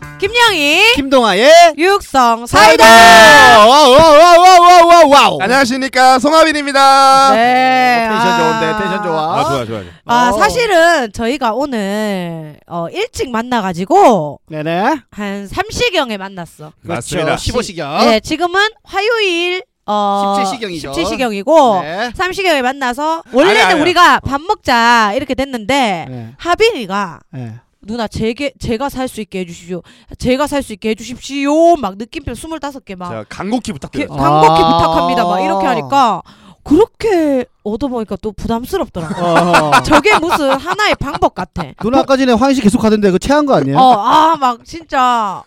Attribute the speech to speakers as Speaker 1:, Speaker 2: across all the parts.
Speaker 1: 남양이
Speaker 2: 김동아의
Speaker 1: 육성 사이다.
Speaker 3: 어.
Speaker 2: 와와와와와와와우.
Speaker 3: 안녕하십니까 송하빈입니다.
Speaker 1: 네.
Speaker 2: 어, 텐션
Speaker 1: 아.
Speaker 2: 좋은데 텐션 좋아.
Speaker 3: 아 좋아 좋아.
Speaker 1: 아
Speaker 2: 어.
Speaker 1: 사실은 저희가 오늘 어, 일찍 만나가지고
Speaker 2: 네네. 그렇죠.
Speaker 1: 한 3시경에 만났어.
Speaker 3: 맞습니다.
Speaker 2: 15시경.
Speaker 1: 네, 지금은 화요일 어
Speaker 2: 17시경 이죠.
Speaker 1: 17시경이고
Speaker 2: 네.
Speaker 1: 3시경에 만나서 원래는
Speaker 3: 아니, 아니.
Speaker 1: 우리가 밥 먹자 이렇게 됐는데
Speaker 2: 네.
Speaker 1: 하빈이가
Speaker 2: 네.
Speaker 1: 누나 제게 제가 살 수 있게 해주십시오. 제가 살 수 있게 해주십시오. 막 느낌표 25개 막
Speaker 3: 자
Speaker 1: 이렇게
Speaker 3: 간곡히 부탁드립니다.
Speaker 1: 간곡히
Speaker 2: 아.
Speaker 1: 부탁합니다. 막 이렇게 하니까 그렇게 얻어보니까 또 부담스럽더라.
Speaker 2: 어.
Speaker 1: 저게 무슨 하나의 방법
Speaker 3: 예?
Speaker 1: 같아.
Speaker 2: 누나 아까 전에 화장실 계속 가던데 그거 체한 거 아니에요?
Speaker 1: 어, 아, 막 진짜.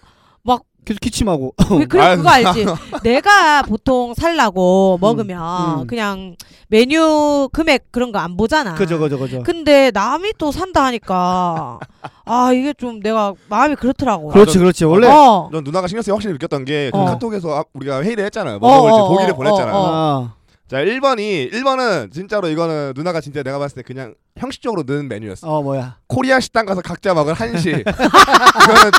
Speaker 2: 계속 기침하고.
Speaker 1: 그, 그,
Speaker 3: 어, 아유.
Speaker 1: 그거 알지? 내가 보통 살라고 먹으면
Speaker 2: 음.
Speaker 1: 그냥 메뉴 금액 그런 거 안 보잖아.
Speaker 2: 그죠 그죠 그죠.
Speaker 1: 근데 남이 또 산다 하니까 아 이게 좀 내가 마음이 그렇더라고.
Speaker 2: 그렇지 그렇지. 원래
Speaker 1: 어.
Speaker 3: 넌 누나가 신경 쓰여 확실히 느꼈던 게그
Speaker 1: 어.
Speaker 3: 카톡에서 아- 우리가 회의를 했잖아요.
Speaker 1: 어,
Speaker 3: 뭐 먹을지
Speaker 1: 어,
Speaker 3: 보기를
Speaker 1: 어,
Speaker 3: 보냈잖아요.
Speaker 1: 어, 어.
Speaker 2: 아.
Speaker 3: 자 1번이 1번은 진짜로 이거는 누나가 진짜 내가 봤을 때 그냥 형식적으로 넣은 메뉴였어.
Speaker 2: 어 뭐야.
Speaker 3: 코리아 식당 가서 각자 먹을 한시. 이거는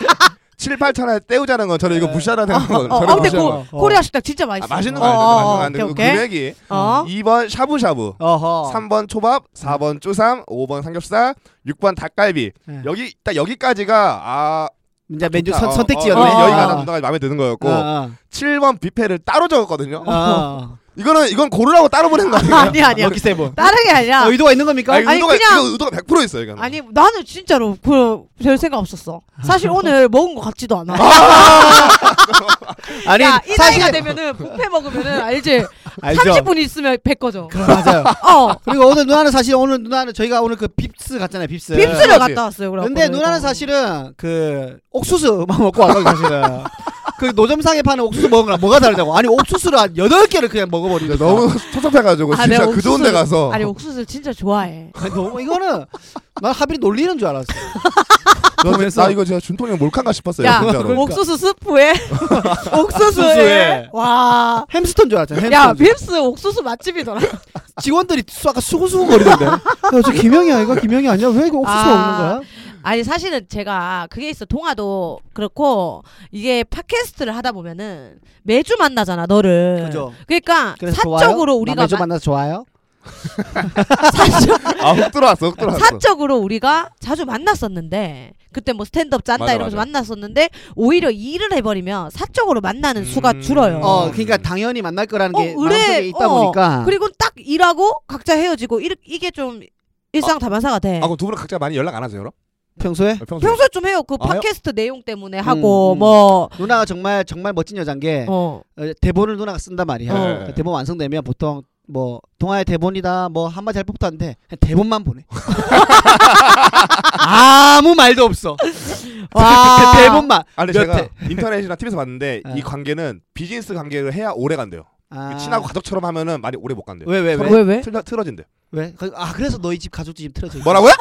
Speaker 3: 7, 8천 원에 때우자는 건 저는 이거 무시하다 생각하거든요.
Speaker 1: 어, 어,
Speaker 3: 저는
Speaker 1: 근데
Speaker 3: 무시하는
Speaker 1: 고,
Speaker 3: 거.
Speaker 2: 거. 어.
Speaker 1: 코리아 식당 진짜
Speaker 3: 아,
Speaker 1: 맛있어.
Speaker 3: 맛있는
Speaker 1: 어,
Speaker 3: 거 아니야.
Speaker 1: 어, 어,
Speaker 3: 맛있는 거
Speaker 1: 오케이,
Speaker 3: 아니야.
Speaker 1: 오케이.
Speaker 3: 금액이
Speaker 1: 어.
Speaker 3: 2번 샤브샤브.
Speaker 2: 어허.
Speaker 3: 3번 초밥, 4번 쭈삼, 5번 삼겹살, 6번 닭갈비.
Speaker 2: 네.
Speaker 3: 여기 딱 여기까지가 아
Speaker 2: 이제 메뉴
Speaker 3: 좋다.
Speaker 2: 선,
Speaker 3: 어,
Speaker 2: 선택지였네.
Speaker 3: 어,
Speaker 1: 아.
Speaker 3: 여기가 나 누나가 마음에 드는 거였고
Speaker 2: 아,
Speaker 3: 7번 뷔페를 따로 적었거든요.
Speaker 2: 아. 아.
Speaker 3: 이거는 이건 고르라고 따로 보낸 거 아니에요?
Speaker 1: 어. 아니 아니야.
Speaker 2: 여기 세 분.
Speaker 1: 다른 게 아니라.
Speaker 2: 어, 의도가 있는 겁니까?
Speaker 3: 아니,
Speaker 1: 아니,
Speaker 3: 의도가
Speaker 1: 그냥-
Speaker 3: 이거 의도가 100% 있어요.
Speaker 2: 음.
Speaker 3: 이거는.
Speaker 1: 아니 나는 진짜로 그 별 생각 없었어. 사실 오늘 먹은 것 같지도 않아.
Speaker 2: 아니
Speaker 1: 야, 이
Speaker 2: 사실
Speaker 1: 나이가 되면은 뷔페 먹으면은 알지.
Speaker 2: 알죠.
Speaker 1: 30분 있으면 배 꺼져.
Speaker 2: 맞아요.
Speaker 1: 어.
Speaker 2: 그리고 오늘 누나는 사실 오늘 누나는 저희가 오늘 그 빕스 갔잖아요. 빕스.
Speaker 1: 빕스를 갔다 왔어요. 그래.
Speaker 2: 네. 근데 누나는 사실은 그 옥수수 막 먹고 왔거든 사실은. 그 노점상에 파는 옥수수 먹은 거랑 뭐가 다르다고? 아니 옥수수를 한 여덟 개를 그냥 먹어버리고
Speaker 3: 너무 섭섭해가지고
Speaker 1: 아,
Speaker 3: 진짜
Speaker 1: 내가
Speaker 3: 그 좋은 데
Speaker 1: 옥수수를-
Speaker 3: 가서
Speaker 1: 아니 옥수수를 진짜 좋아해.
Speaker 2: 아니, 너무 이거는 난 하빈이 놀리는 줄 알았어.
Speaker 3: 너,
Speaker 2: 보면서-
Speaker 3: 나 아, 이거 진짜 준통이 형 몰카인가 싶었어요.
Speaker 1: 야
Speaker 3: 진짜로. 그러니까.
Speaker 1: 옥수수 스프에
Speaker 2: 옥수수에.
Speaker 1: 옥수수에 와.
Speaker 2: 햄스터인 줄 알았잖아.
Speaker 1: 야
Speaker 2: 햄스터.
Speaker 1: 빕스 옥수수 맛집이더라.
Speaker 2: 직원들이 수, 아까 수고수고 거리던데. 야저 김영이야 이거 김영이 아니야? 왜 이거 옥수수
Speaker 1: 아.
Speaker 2: 먹는 거야?
Speaker 1: 아니 사실은 제가 그게 있어 동화도 그렇고 이게 팟캐스트를 하다 보면은 매주 만나잖아 너를.
Speaker 2: 그죠.
Speaker 1: 그러니까
Speaker 2: 그래서
Speaker 1: 사적으로
Speaker 2: 좋아요?
Speaker 1: 우리가
Speaker 2: 남매 좀
Speaker 1: 마-
Speaker 2: 만나서 좋아요?
Speaker 1: 사적,
Speaker 3: 아훅 들어왔어, 훅 들어왔어.
Speaker 1: 사적으로 우리가 자주 만났었는데 그때 뭐 스탠드업 짠다
Speaker 3: 맞아,
Speaker 1: 이러면서
Speaker 3: 맞아.
Speaker 1: 만났었는데 오히려 일을 해버리면 사적으로 만나는 수가
Speaker 3: 음.
Speaker 1: 줄어요.
Speaker 2: 어, 그러니까 당연히 만날 거라는
Speaker 1: 어,
Speaker 2: 게
Speaker 1: 의뢰,
Speaker 2: 마음속에 있다
Speaker 1: 어,
Speaker 2: 보니까.
Speaker 1: 그리고 딱 일하고 각자 헤어지고 이렇- 이게 좀 일상 다반사가 돼.
Speaker 3: 아, 그럼 두 분은 각자 많이 연락 안 하세요, 그럼?
Speaker 2: 평소에
Speaker 3: 평소에?
Speaker 1: 평소에 좀 해요. 그
Speaker 3: 아, 해요?
Speaker 1: 팟캐스트 내용 때문에 하고
Speaker 2: 음.
Speaker 1: 뭐
Speaker 2: 누나가 정말 정말 멋진 여잔 게
Speaker 1: 어.
Speaker 2: 어, 대본을 누나가 쓴단 말이야.
Speaker 3: 어.
Speaker 2: 그 대본 완성되면 보통 뭐 동아의 대본이다 뭐 한마디 할 법도 한데 그냥 대본만 보내. 아무 말도 없어. 그
Speaker 1: 와.
Speaker 2: 대본만.
Speaker 3: 아, 근데
Speaker 2: 몇
Speaker 3: 제가
Speaker 2: 해?
Speaker 3: 인터넷이나 TV에서 봤는데
Speaker 2: 네.
Speaker 3: 이 관계는 비즈니스 관계를 해야 오래 간대요.
Speaker 2: 아.
Speaker 3: 친하고 가족처럼 하면은 많이 오래 못 간대요.
Speaker 2: 왜왜 왜? 왜?
Speaker 1: 아, 왜 왜?
Speaker 3: 틀어, 틀어진대요.
Speaker 2: 왜? 그- 아 그래서 너희 집 가족 집 틀어져. 있어.
Speaker 3: 뭐라고요?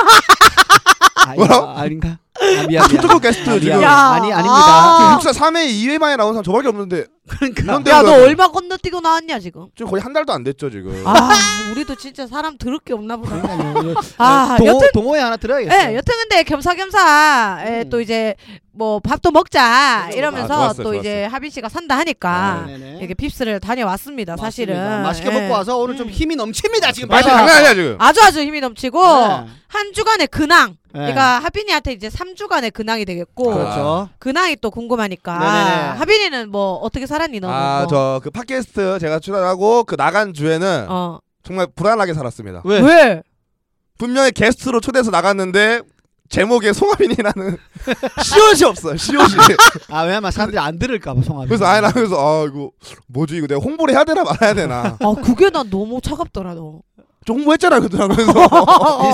Speaker 2: 아, 이거
Speaker 3: 뭐라고?
Speaker 2: 아닌가? 아, 미안 미안.
Speaker 3: 초특급 게스트
Speaker 2: 아,
Speaker 3: 지금.
Speaker 2: 미안.
Speaker 1: 야.
Speaker 2: 아니 아닙니다.
Speaker 1: 아.
Speaker 3: 육사 3회 2회 만에 나온 사람 저밖에 없는데
Speaker 2: 그러니까.
Speaker 3: 이런 데-
Speaker 1: 야 너
Speaker 3: 그래가지고.
Speaker 1: 얼마 건너뛰고 나왔냐 지금?
Speaker 3: 지금 거의 한 달도 안 됐죠 지금.
Speaker 1: 아 우리도 진짜 사람 더럽게 없나 보다.
Speaker 2: 그러니까요.
Speaker 1: 아,
Speaker 2: 동호
Speaker 1: 여튼-
Speaker 2: 동호회 하나 들어야겠어.
Speaker 1: 예, 여튼 근데 겸사겸사 예,
Speaker 2: 음.
Speaker 1: 또 이제 뭐 밥도 먹자 이러면서
Speaker 3: 아, 좋았어요,
Speaker 1: 또 이제 하빈 씨가 산다 하니까
Speaker 3: 아,
Speaker 2: 네네.
Speaker 1: 이렇게 핍스를 다녀왔습니다. 사실은
Speaker 2: 맞습니다. 맛있게
Speaker 1: 예.
Speaker 2: 먹고 와서 오늘 좀
Speaker 1: 음.
Speaker 2: 힘이 넘칩니다 지금.
Speaker 3: 말이
Speaker 2: 빨리
Speaker 3: 장난 아니야 지금.
Speaker 1: 아주 아주 힘이 넘치고
Speaker 2: 네.
Speaker 1: 한 주간의 근황.
Speaker 2: 네.
Speaker 1: 그러니까 어. 하빈이한테 이제 3주간의 근황이 되겠고
Speaker 3: 아.
Speaker 2: 그렇죠.
Speaker 1: 근황이 또 궁금하니까
Speaker 2: 네네네.
Speaker 1: 하빈이는 뭐 어떻게 살았니 너는?
Speaker 3: 아
Speaker 1: 뭐.
Speaker 3: 저 그 팟캐스트 제가 출연하고 그 나간 주에는
Speaker 1: 어.
Speaker 3: 정말 불안하게 살았습니다.
Speaker 2: 왜?
Speaker 1: 왜?
Speaker 3: 분명히 게스트로 초대해서 나갔는데 제목에 송하빈이라는 시옷이 없어요 시옷이.
Speaker 2: 아 왜냐면 사람들이 안 들을까봐 송합이.
Speaker 3: 그래서 아예 나 그래서 아 이거 뭐지 이거 내가 홍보를 해야 되나 말아야 되나.
Speaker 1: 아 그게 난 너무 차갑더라 너.
Speaker 3: 좀 홍보했잖아 그 누나 그래서.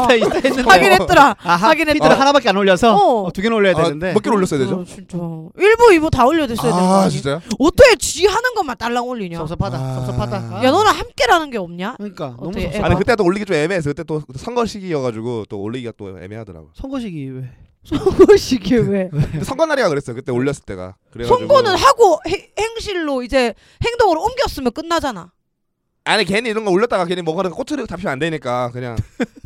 Speaker 2: 비슷해 비슷해 했는데.
Speaker 1: 하긴 했더라.
Speaker 2: 아, 하,
Speaker 1: 하긴
Speaker 2: 피드를
Speaker 1: 했더라.
Speaker 2: 하나밖에 안 올려서
Speaker 1: 어.
Speaker 2: 어, 두 개는 올려야
Speaker 3: 아,
Speaker 2: 되는데.
Speaker 3: 몇 개를 올렸어야 되죠?
Speaker 1: 어, 진짜. 1부 2부 다 올려야 됐어야 되는 거
Speaker 3: 아
Speaker 1: 아니야?
Speaker 3: 진짜요?
Speaker 1: 어떻게 지 하는 것만 딸랑 올리냐?
Speaker 2: 섭섭하다.
Speaker 3: 아.
Speaker 2: 섭섭하다.
Speaker 1: 야 너는 함께라는 게 없냐?
Speaker 2: 그러니까 너무
Speaker 1: 어떻게
Speaker 2: 섭섭.
Speaker 1: 해?
Speaker 3: 아니 그때 또 올리기 좀 애매했어. 그때 또 선거 시기여가지고 또 올리기가 또 애매하더라고.
Speaker 2: 선거식이 왜?
Speaker 1: 그것이게 왜?
Speaker 3: 근데 선거 날이가 그랬어요. 그때 올렸을 때가. 그래가지고
Speaker 1: 선거는 하고 해- 행실로 이제 행동으로 옮겼으면 끝나잖아.
Speaker 3: 아니 괜히 이런 거 올렸다가 괜히 뭐가 그러니까 꼬투리 잡히면 안 되니까 그냥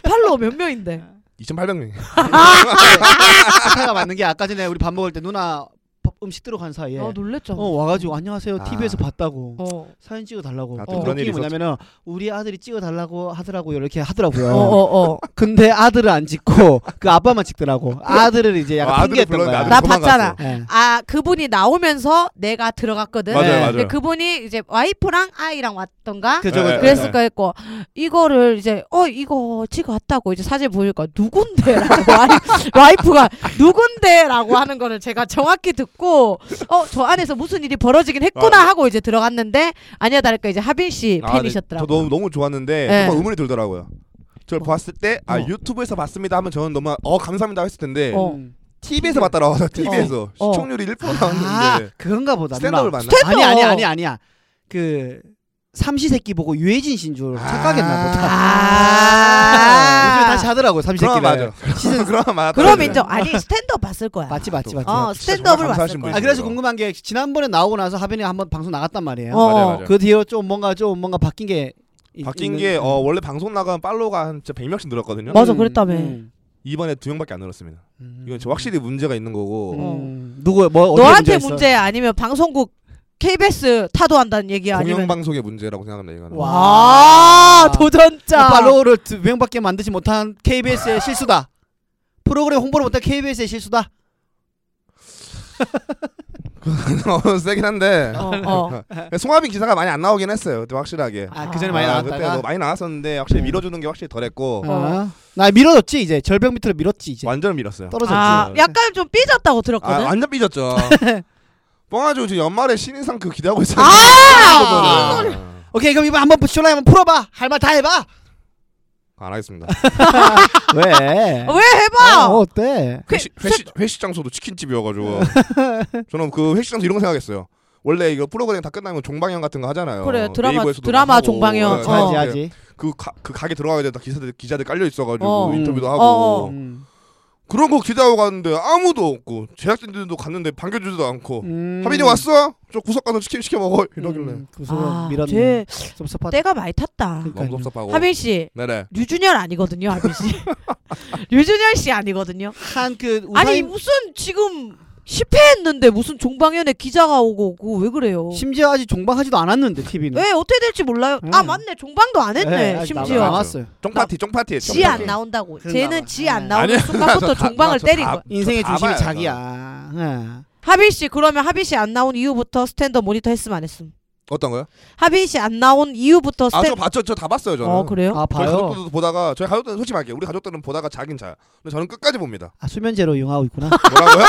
Speaker 1: 팔로워 몇 명인데?
Speaker 3: 2,800명.
Speaker 2: 스타가 맞는 게 아까 전에 우리 밥 먹을 때 누나 밥- 음식 들어간 사이에
Speaker 1: 아 놀랬죠.
Speaker 2: 어, 와가지고 안녕하세요
Speaker 3: 아.
Speaker 2: TV에서 봤다고
Speaker 1: 어.
Speaker 2: 사진 찍어달라고
Speaker 3: 아,
Speaker 1: 또 그런
Speaker 2: 그런 게
Speaker 3: 일이
Speaker 2: 뭐냐면은 우리 아들이 찍어달라고 하더라고요 이렇게 하더라고요
Speaker 1: 어, 어, 어.
Speaker 2: 근데 아들을 안 찍고 그 아빠만 찍더라고 아들을 이제 약간
Speaker 3: 어. 아, 아들을
Speaker 2: 핑계했던
Speaker 3: 불렀는데
Speaker 2: 거야
Speaker 3: 아들이
Speaker 1: 나 봤잖아.
Speaker 3: 도망갔어.
Speaker 2: 예.
Speaker 1: 아, 그분이 나오면서 내가 들어갔거든.
Speaker 3: 맞아요,
Speaker 2: 네.
Speaker 3: 맞아요.
Speaker 1: 근데 그분이 이제 와이프랑 아이랑 왔던가?
Speaker 2: 그죠 그죠.
Speaker 3: 네,
Speaker 1: 그랬을 거 했고 이거를 이제 어 이거 찍어 왔다고 이제 사진 보니까 누군데라고 와이- 와이프가 누군데라고 하는 거를 제가 정확히 듣고 어 저 안에서 무슨 일이 벌어지긴 했구나 하고 이제 들어갔는데 아니야 다를까 이제 하빈 씨
Speaker 3: 아, 네.
Speaker 1: 예, 팬이셨더라고.
Speaker 3: 저 너무 너무 좋았는데
Speaker 1: 네.
Speaker 3: 정말 의문이 들더라고요. 저를
Speaker 1: 어.
Speaker 3: 봤을 때 아
Speaker 2: 어.
Speaker 3: 유튜브에서 봤습니다 하면 저는 너무 어 감사합니다 했을 텐데
Speaker 1: 어.
Speaker 2: 음.
Speaker 3: TV에서 봤다라고 하죠 TV에서
Speaker 1: 어.
Speaker 3: 시청률이 1%
Speaker 2: 아
Speaker 3: 나왔는데
Speaker 2: 그건가 보다
Speaker 3: 스탠드업을
Speaker 2: 누나.
Speaker 3: 봤나?
Speaker 2: 아니
Speaker 1: 스탠드업!
Speaker 2: 아니 아니 아니야 그 삼시세끼 보고 유해진 씨인 줄 착각했나 보다
Speaker 1: 아.
Speaker 2: 요즘에 다시 하더라고
Speaker 3: 그럼
Speaker 2: 삼시세끼를
Speaker 3: 맞아. 그럼 맞아.
Speaker 1: 그럼 인정. 아니 스탠드업 봤을 거야.
Speaker 2: 맞지 맞지 맞지
Speaker 1: 어
Speaker 3: 진짜
Speaker 1: 스탠드업을
Speaker 3: 정말
Speaker 1: 봤을
Speaker 3: 감사하신
Speaker 1: 거야.
Speaker 2: 아 그래서
Speaker 3: 그래요.
Speaker 2: 궁금한 게 지난번에 나오고 나서 하빈이 한번 방송 나갔단 말이에요
Speaker 1: 어.
Speaker 3: 맞아요, 맞아요.
Speaker 2: 그 뒤로 좀 뭔가 좀 뭔가 바뀐 게 있-
Speaker 3: 바뀐
Speaker 2: 있는-
Speaker 3: 게 어,
Speaker 1: 음.
Speaker 3: 원래 방송 나가면 팔로우가 한 진짜 100명씩 늘었거든요.
Speaker 1: 맞아, 그랬다며.
Speaker 3: 이번에 두 명밖에 안 늘었습니다.
Speaker 2: 음.
Speaker 3: 이건 저 확실히 문제가 있는 거고.
Speaker 2: 음. 누구야
Speaker 3: 아,
Speaker 2: 뭐 어디에
Speaker 1: 너한테
Speaker 2: 문제가 있어?
Speaker 1: 문제 아니면 방송국 KBS 타도한다는 얘기 네, 아니면
Speaker 3: 공영방송의 아. 문제라고 생각합니다 이거는
Speaker 2: 와.
Speaker 1: 와 도전자.
Speaker 2: 팔로우를 두 명밖에 만들지 못한 KBS의 실수다 프로그램 홍보를 못한 KBS의 실수다
Speaker 3: 어, 세긴 한데
Speaker 1: 어, 어.
Speaker 3: 송하빈 기사가 많이 안 나오긴 했어요 그때 확실하게
Speaker 2: 아
Speaker 1: 아,
Speaker 2: 그전에 많이
Speaker 3: 아,
Speaker 2: 나왔다가
Speaker 3: 그때 뭐 많이 나왔었는데
Speaker 1: 음.
Speaker 3: 확실히
Speaker 2: 네.
Speaker 3: 밀어주는 게 확실히 덜했고
Speaker 2: 어. 나 밀어줬지 이제 절벽 밑으로 밀었지 이제
Speaker 3: 완전 밀었어요
Speaker 2: 떨어졌지
Speaker 1: 아, 약간 좀 삐졌다고
Speaker 3: 아,
Speaker 1: 들었거든.
Speaker 3: 완전 삐졌죠 뻥아주 지금 연말에 신인상 그 기대하고 있어요
Speaker 1: 아!
Speaker 3: 그거는.
Speaker 2: 오케이 그럼 이번 한번 쇼라이 한번 풀어봐 할 말 다 해봐
Speaker 3: 안 하겠습니다
Speaker 2: 왜?
Speaker 1: 왜 해봐?
Speaker 2: 어, 어때?
Speaker 1: 그-
Speaker 3: 회식, 회식, 회식 장소도 치킨집이어가지고
Speaker 1: 네.
Speaker 3: 저는 그 회식 장소 이런 거 생각했어요 원래 이거 프로그램 다 끝나면 종방형 같은 거 하잖아요
Speaker 1: 그래, 드라마-
Speaker 3: 네이버에서도
Speaker 1: 드라마
Speaker 3: 하고.
Speaker 1: 종방형.
Speaker 3: 네,
Speaker 1: 어.
Speaker 2: 하지
Speaker 3: 네.
Speaker 2: 하지
Speaker 3: 그, 가, 그 가게 들어가야 되다 기사들 기자들 깔려 있어가지고
Speaker 1: 어.
Speaker 3: 인터뷰도
Speaker 2: 음.
Speaker 3: 하고
Speaker 1: 어, 어.
Speaker 2: 음.
Speaker 3: 그런 거 기대하고 갔는데 아무도 없고 제작진들도 갔는데 반겨주지도 않고
Speaker 2: 음.
Speaker 3: 하빈이 왔어? 저 구석 가서 치킨 시켜 먹어 이러길래
Speaker 2: 음, 그 소리
Speaker 1: 아,
Speaker 2: 밀었네
Speaker 1: 쟤
Speaker 2: 섭섭하다
Speaker 1: 때가 많이 탔다.
Speaker 3: 너무 섭섭하고
Speaker 1: 하빈 씨,
Speaker 3: 네네
Speaker 1: 류준열 아니거든요, 하빈 씨. 류준열 씨 아니거든요.
Speaker 2: 한그
Speaker 1: 아니
Speaker 2: 우사인
Speaker 1: 무슨 지금 10회 했는데 무슨 종방연에 기자가 오고 오고 왜 그래요?
Speaker 2: 심지어 아직 종방하지도 않았는데 TV는
Speaker 1: 왜 어떻게 될지 몰라요.
Speaker 2: 음.
Speaker 1: 아 맞네, 종방도 안 했네. 심지어
Speaker 3: 나가.
Speaker 2: 나왔어요
Speaker 3: 쫑파티 쫑파티
Speaker 1: 지 안
Speaker 2: 나-
Speaker 1: 나온다고.
Speaker 2: 그랬나
Speaker 1: 쟤는
Speaker 2: 봐.
Speaker 1: 지 안
Speaker 2: 네.
Speaker 1: 나오는
Speaker 3: 아니야.
Speaker 1: 순간부터 종방을 때린 거야.
Speaker 2: 인생의
Speaker 3: 다
Speaker 2: 중심이
Speaker 3: 봐요,
Speaker 2: 자기야 응.
Speaker 1: 하빈 씨 그러면 하빈 씨 안 나온 이후부터 스탠더 모니터 했으면 안 했음.
Speaker 3: 어떤 거요?
Speaker 1: 하빈 씨 안 나온 이후부터
Speaker 3: 아 저
Speaker 1: 스탠.
Speaker 3: 봤죠 저 다 봤어요 저는
Speaker 1: 어 그래요?
Speaker 2: 아
Speaker 3: 저희
Speaker 2: 봐요
Speaker 3: 가족들도 보다가 저희 가족들은 솔직히 말할게요 우리 가족들은 보다가 자긴 자요 근데 저는 끝까지 봅니다
Speaker 2: 아 수면제로 이용하고 있구나
Speaker 3: 뭐라고요?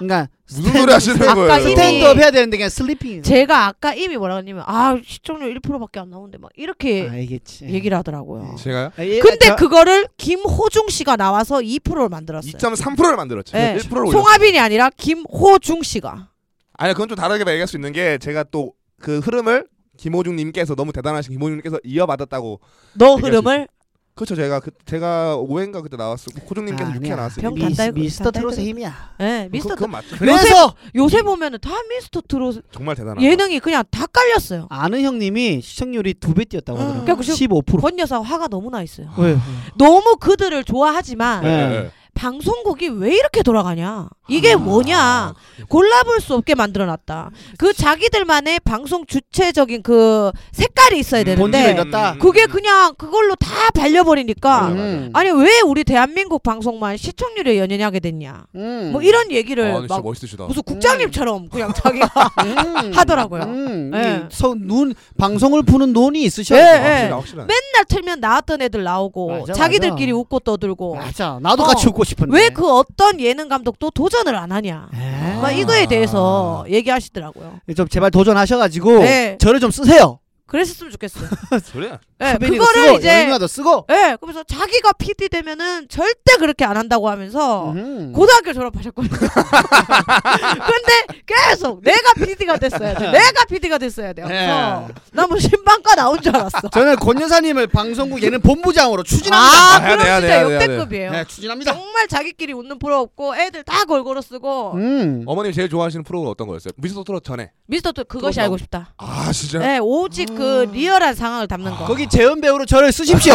Speaker 2: 그러니까
Speaker 3: 무슨 소리 하시는
Speaker 1: 아까
Speaker 3: 거예요
Speaker 1: 이미-
Speaker 2: 스탠드업 해야 되는데 그냥
Speaker 3: 네.
Speaker 2: 슬리핑
Speaker 1: 제가 아까 이미 뭐라 했냐면 아 시청률 1%밖에 안 나오는데 막 이렇게
Speaker 2: 알겠지
Speaker 1: 얘기를 하더라고요.
Speaker 3: 아, 예. 네. 제가요?
Speaker 2: 아, 예,
Speaker 1: 근데
Speaker 2: 자,
Speaker 1: 그거를 김호중 씨가 나와서 2%를 만들었어요.
Speaker 3: 2.3%를 만들었죠
Speaker 1: 네.
Speaker 3: 1%를 올렸어요
Speaker 1: 송하빈이 아니라 김호중 씨가.
Speaker 3: 아니 그건 좀 다르게 얘기할 수 있는 게 제가 또 그 흐름을 김호중님께서 너무 대단하신 김호중님께서 이어받았다고
Speaker 1: 너
Speaker 3: 얘기할
Speaker 1: 흐름을
Speaker 3: 그렇죠 제가 그 제가 5회인가 그때 나왔었고 호중님께서
Speaker 2: 아니야.
Speaker 3: 6회 나왔어요
Speaker 1: 병 단달-
Speaker 2: 미스- 미스터
Speaker 1: 단달-
Speaker 2: 트롯의 힘이야
Speaker 1: 예 미스터
Speaker 3: 그건 맞죠
Speaker 2: 그래서
Speaker 1: 요새 보면은 다 미스터 트롯
Speaker 3: 정말 대단하다
Speaker 1: 예능이 그냥 다 깔렸어요.
Speaker 2: 아는 형님이 시청률이 두 배 뛰었다고
Speaker 1: 음.
Speaker 2: 하더라고
Speaker 1: 그러니까 지금
Speaker 2: 15%
Speaker 1: 권 여사 화가 너무 나 있어요.
Speaker 3: 아.
Speaker 2: 왜?
Speaker 1: 너무 그들을 좋아하지만
Speaker 2: 네.
Speaker 1: 방송국이 왜 이렇게 돌아가냐? 이게 뭐냐?
Speaker 3: 아,
Speaker 1: 골라볼 수 없게 만들어놨다. 그 자기들만의 방송 주체적인 그 색깔이 있어야
Speaker 3: 음,
Speaker 2: 본질을
Speaker 1: 되는데
Speaker 2: 잃었다.
Speaker 1: 네, 그게 그냥 그걸로 다 발려버리니까
Speaker 3: 맞아요.
Speaker 2: 음.
Speaker 1: 아니 왜 우리 대한민국 방송만 시청률에 연연하게 됐냐?
Speaker 2: 음.
Speaker 1: 뭐 이런 얘기를
Speaker 3: 아,
Speaker 1: 막
Speaker 3: 진짜 멋있으시다
Speaker 1: 무슨 국장님처럼 그냥 자기가
Speaker 2: 음.
Speaker 1: 하더라고요.
Speaker 2: 음.
Speaker 1: 예.
Speaker 2: 이 서- 눈 방송을 푸는 눈이 있으셔.
Speaker 1: 예,
Speaker 2: 야
Speaker 1: 예.
Speaker 3: 어, 확실하, 확실하.
Speaker 1: 맨날 틀면 나왔던 애들 나오고
Speaker 2: 맞아,
Speaker 1: 자기들끼리
Speaker 2: 맞아.
Speaker 1: 웃고 떠들고
Speaker 2: 맞아. 나도
Speaker 1: 어.
Speaker 2: 같이 웃고 싶은데.
Speaker 1: 왜 그 어떤 예능 감독도 도전을 안 하냐?
Speaker 2: 예.
Speaker 1: 막 이거에 대해서 얘기하시더라고요.
Speaker 2: 좀 제발 도전하셔가지고
Speaker 1: 예.
Speaker 2: 저를 좀 쓰세요.
Speaker 1: 그랬으면 좋겠어요.
Speaker 3: 그래
Speaker 1: 예,
Speaker 2: 선배님도
Speaker 1: 그거를
Speaker 2: 쓰고,
Speaker 1: 이제
Speaker 2: 영희도 쓰고.
Speaker 1: 예, 그래서 자기가 PD 되면은 절대 그렇게 안 한다고 하면서
Speaker 2: 음.
Speaker 1: 어. 고등학교 졸업하셨거든요. 근데 계속 내가 PD가 됐어야 돼. 내가 PD가 됐어야 돼. 그래서
Speaker 2: 예.
Speaker 1: 나뭐 신방과 나온 줄 알았어.
Speaker 2: 저는 권 여사님을 방송국 예능 본부장으로 추진합니다.
Speaker 1: 아,
Speaker 3: 해야 돼,
Speaker 1: 그럼
Speaker 3: 해야 돼, 예.
Speaker 1: 진짜
Speaker 3: 해야 돼, 해야 돼.
Speaker 1: 역대급이에요.
Speaker 2: 네, 추진합니다.
Speaker 1: 정말 자기끼리 웃는 프로 없고 애들 다 골고루 쓰고
Speaker 2: 음.
Speaker 3: 어머님 제일 좋아하시는 프로그램 어떤 거였어요? 미스터 트롯 전에
Speaker 1: 미스터 트 그것이
Speaker 3: 또
Speaker 1: 알고 싶다.
Speaker 3: 아 진짜
Speaker 1: 네, 오직 그 리얼한 상황을 담는 거.
Speaker 3: 아.
Speaker 2: 거기 재현 배우로 저를 쓰십시오.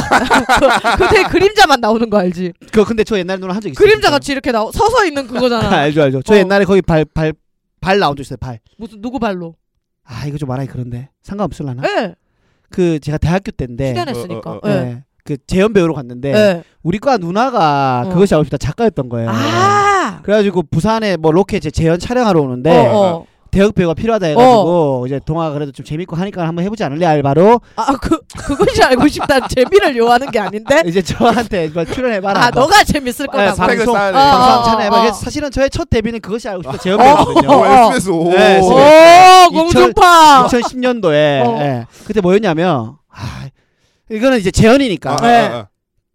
Speaker 1: 그때 그림자만 나오는 거 알지?
Speaker 2: 그 근데 저 옛날에 누나 한적 있어요.
Speaker 1: 그림자 같이 이렇게 나오 서서 있는 그거잖아.
Speaker 2: 알죠 알죠. 저
Speaker 1: 어.
Speaker 2: 옛날에 거기 발 발 발 나온 적 있어요 발.
Speaker 1: 무슨 누구 발로?
Speaker 2: 아 이거 좀 말하기 그런데 상관없을라나?
Speaker 1: 예.
Speaker 2: 그 제가 대학교 때인데
Speaker 1: 출연했으니까.
Speaker 3: 아. 어,
Speaker 1: 예.
Speaker 3: 어,
Speaker 2: 네, 그 재현 배우로 갔는데
Speaker 1: 예.
Speaker 2: 우리 과 누나가
Speaker 1: 어.
Speaker 2: 그것이 알고 싶다 작가였던 거예요.
Speaker 1: 아.
Speaker 2: 그래가지고 부산에 뭐 로켓 제 재현 촬영하러 오는데
Speaker 1: 어, 어.
Speaker 2: 대역 배우가 필요하다 해가지고 이제 동화가 그래도 좀 재밌고 하니까 한번 해보지 않을래 알바로
Speaker 1: 아그 그것이 알고 싶다. 재미를 요하는 게 아닌데.
Speaker 2: 이제 저한테 이거 출연해봐라.
Speaker 1: 아 너가 재밌을
Speaker 2: 예,
Speaker 1: 거다고.
Speaker 3: 스펙을
Speaker 2: 방송
Speaker 3: 쌓아야 돼.
Speaker 1: 어, 어.
Speaker 2: 방송 촬영해봐.
Speaker 1: 어, 어.
Speaker 2: 그래서 사실은 저의 첫 데뷔는 그것이 알고 싶다 재현
Speaker 1: 어.
Speaker 2: 배우거든요.
Speaker 1: 어, 어.
Speaker 3: 오, SBS. 오.
Speaker 2: 네, SBS.
Speaker 1: 오 공중파.
Speaker 2: 2010년도에
Speaker 1: 아.
Speaker 2: 예.
Speaker 1: 어.
Speaker 2: 그때 뭐였냐면 아, 이거는 이제 재현이니까
Speaker 1: 아, 네.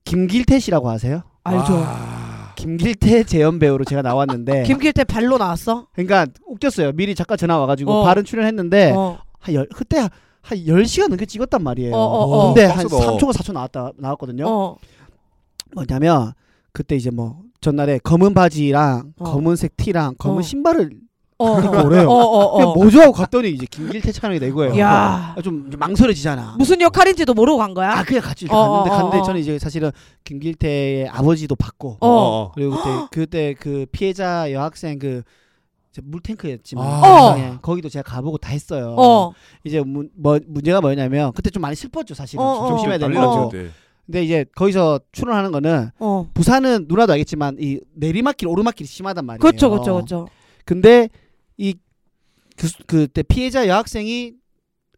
Speaker 2: 김길태 씨라고 아세요?
Speaker 1: 알죠.
Speaker 3: 어, 아.
Speaker 2: 김길태 재현 배우로 제가 나왔는데
Speaker 1: 김길태 발로 나왔어.
Speaker 2: 그러니까 웃겼어요. 미리 작가 전화 와가지고
Speaker 1: 어.
Speaker 2: 발은 출연했는데
Speaker 1: 어.
Speaker 2: 한 열, 그때 한- 한 10시간 넘게 찍었단 말이에요.
Speaker 1: 어, 어, 어.
Speaker 2: 근데 한
Speaker 3: 빡세다.
Speaker 2: 3초가 4초 나왔다, 나왔거든요.
Speaker 1: 어.
Speaker 2: 뭐냐면 그때 이제 뭐 전날에 검은 바지랑
Speaker 1: 어.
Speaker 2: 검은색 티랑 검은
Speaker 1: 어.
Speaker 2: 신발을
Speaker 1: 어.
Speaker 2: 아, 그렇게
Speaker 1: 어.
Speaker 2: 오래요.
Speaker 1: 어. 어.
Speaker 2: 그냥
Speaker 1: 어.
Speaker 2: 모조하고 갔더니 이제 김길태 촬영이다 이거예요. 그러니까
Speaker 1: 야.
Speaker 2: 좀 망설여지잖아.
Speaker 1: 무슨 역할인지도 모르고 간 거야?
Speaker 2: 아 그냥 같이 이렇게
Speaker 1: 어,
Speaker 2: 갔는데
Speaker 1: 어, 어,
Speaker 2: 갔는데
Speaker 1: 어.
Speaker 2: 저는 이제 사실은 김길태의 아버지도 봤고
Speaker 1: 어.
Speaker 2: 그리고 그때 그때 그 피해자 여학생 그 물탱크였지만
Speaker 3: 아.
Speaker 1: 어.
Speaker 2: 예, 거기도 제가 가보고 다 했어요.
Speaker 1: 어.
Speaker 2: 이제 문, 뭐, 문제가 뭐냐면 그때 좀 많이 슬펐죠 사실은
Speaker 1: 어, 어.
Speaker 2: 조심해야 네. 되는
Speaker 1: 난리
Speaker 2: 거죠.
Speaker 1: 났죠,
Speaker 3: 그때.
Speaker 2: 근데 이제 거기서 출연하는 거는
Speaker 1: 어.
Speaker 2: 부산은 누나도 알겠지만 이 내리막길 오르막길이 심하단 말이에요.
Speaker 1: 그렇죠, 그렇죠, 그렇죠.
Speaker 2: 근데 이 그, 그때 피해자 여학생이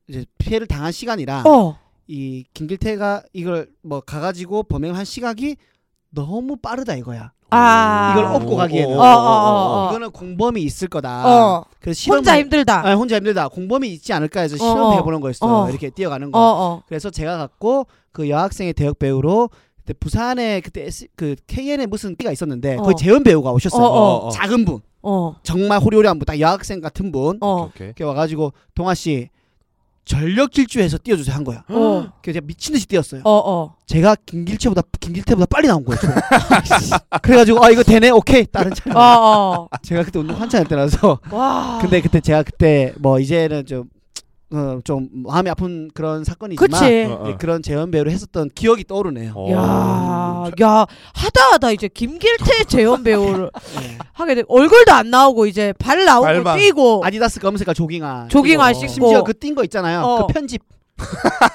Speaker 2: 이제 피해를 당한 시간이랑
Speaker 1: 어.
Speaker 2: 이 김길태가 이걸 뭐 가가지고 범행한 시각이 너무 빠르다 이거야.
Speaker 1: 아.
Speaker 2: 이걸 업고 가기에는.
Speaker 1: 어, 어, 어, 어.
Speaker 2: 이거는 공범이 있을 거다.
Speaker 1: 어.
Speaker 2: 그래서 아, 실험
Speaker 1: 혼자 힘들다.
Speaker 2: 아 혼자 힘들다. 공범이 있지 않을까 해서
Speaker 1: 어,
Speaker 2: 실험해 보는 거였어.
Speaker 1: 어.
Speaker 2: 이렇게 뛰어가는
Speaker 1: 어,
Speaker 2: 거.
Speaker 1: 어.
Speaker 2: 그래서 제가 갖고 그 여학생의 대역 배우로 그때 부산에 그때 S, 그 KN에 무슨 띠가 있었는데 거기
Speaker 1: 어.
Speaker 2: 재현 배우가 오셨어요.
Speaker 1: 어, 어.
Speaker 2: 작은 분,
Speaker 1: 어.
Speaker 2: 정말 호리호리한 분, 딱 여학생 같은 분.
Speaker 1: 어.
Speaker 3: 오케이.
Speaker 2: 이렇게 와가지고 동아 씨 전력 질주해서 뛰어주세요 한 거야.
Speaker 1: 어.
Speaker 2: 그래서 제가 미친 듯이 뛰었어요.
Speaker 1: 어, 어.
Speaker 2: 제가 김길체보다 김길태보다 빨리 나온 거예요. 저는. 그래가지고 아 이거 되네, 오케이 다른 차.
Speaker 1: 어, 어.
Speaker 2: 제가 그때 운동 한참 할 때라서.
Speaker 1: 와.
Speaker 2: 근데 그때 제가 그때 뭐 이제는 좀. 어, 좀 마음이 아픈 그런 사건이지만
Speaker 1: 그치.
Speaker 3: 어, 어.
Speaker 2: 예, 그런 재현 배우를 했었던 기억이 떠오르네요.
Speaker 3: 어.
Speaker 1: 야, 야, 하다 하다 이제 김길태 재현 배우를
Speaker 2: 예.
Speaker 1: 하게 돼. 얼굴도 안 나오고 이제 발 나오고
Speaker 3: 발만.
Speaker 1: 뛰고.
Speaker 2: 아디다스 검은색깔 조깅화.
Speaker 1: 조깅화
Speaker 2: 그리고
Speaker 1: 신고.
Speaker 2: 심지어 그 뛴 거 있잖아요.
Speaker 1: 어.
Speaker 2: 그 편집.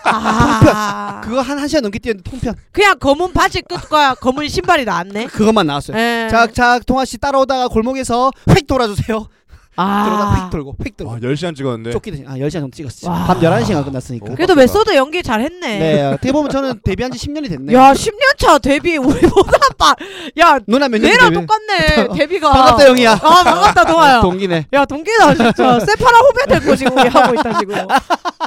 Speaker 1: 아.
Speaker 2: 그거 한, 한 시간 넘게 뛰었는데 통편.
Speaker 1: 그냥 검은 바지 끝과 검은 신발이 나왔네.
Speaker 2: 그것만 나왔어요.
Speaker 1: 예.
Speaker 2: 자, 자, 동아 씨 따라오다가 골목에서 휙 돌아주세요. 그러다
Speaker 1: 아.
Speaker 2: 휙 돌고, 휙 돌고.
Speaker 3: 와, 10시간 찍었는데.
Speaker 2: 쫓기듯이. 아, 10시간 정도 찍었어.
Speaker 1: 와.
Speaker 2: 밤 11시간 끝났으니까.
Speaker 3: 어.
Speaker 1: 그래도 메소드 연기 잘했네.
Speaker 2: 네, 어떻게 보면 저는 데뷔한 지 10년이 됐네.
Speaker 1: 야, 10년 차 데뷔 우리보다 빨. 야,
Speaker 2: 누나 몇 년?
Speaker 1: 내랑 똑같네. 데뷔가.
Speaker 2: 반갑다, 형이야.
Speaker 1: 아, 반갑다, 동아야.
Speaker 2: 어, 동기네.
Speaker 1: 야, 동기다 진짜 세파라 후배 될거 지금 우리 하고 있다 지금.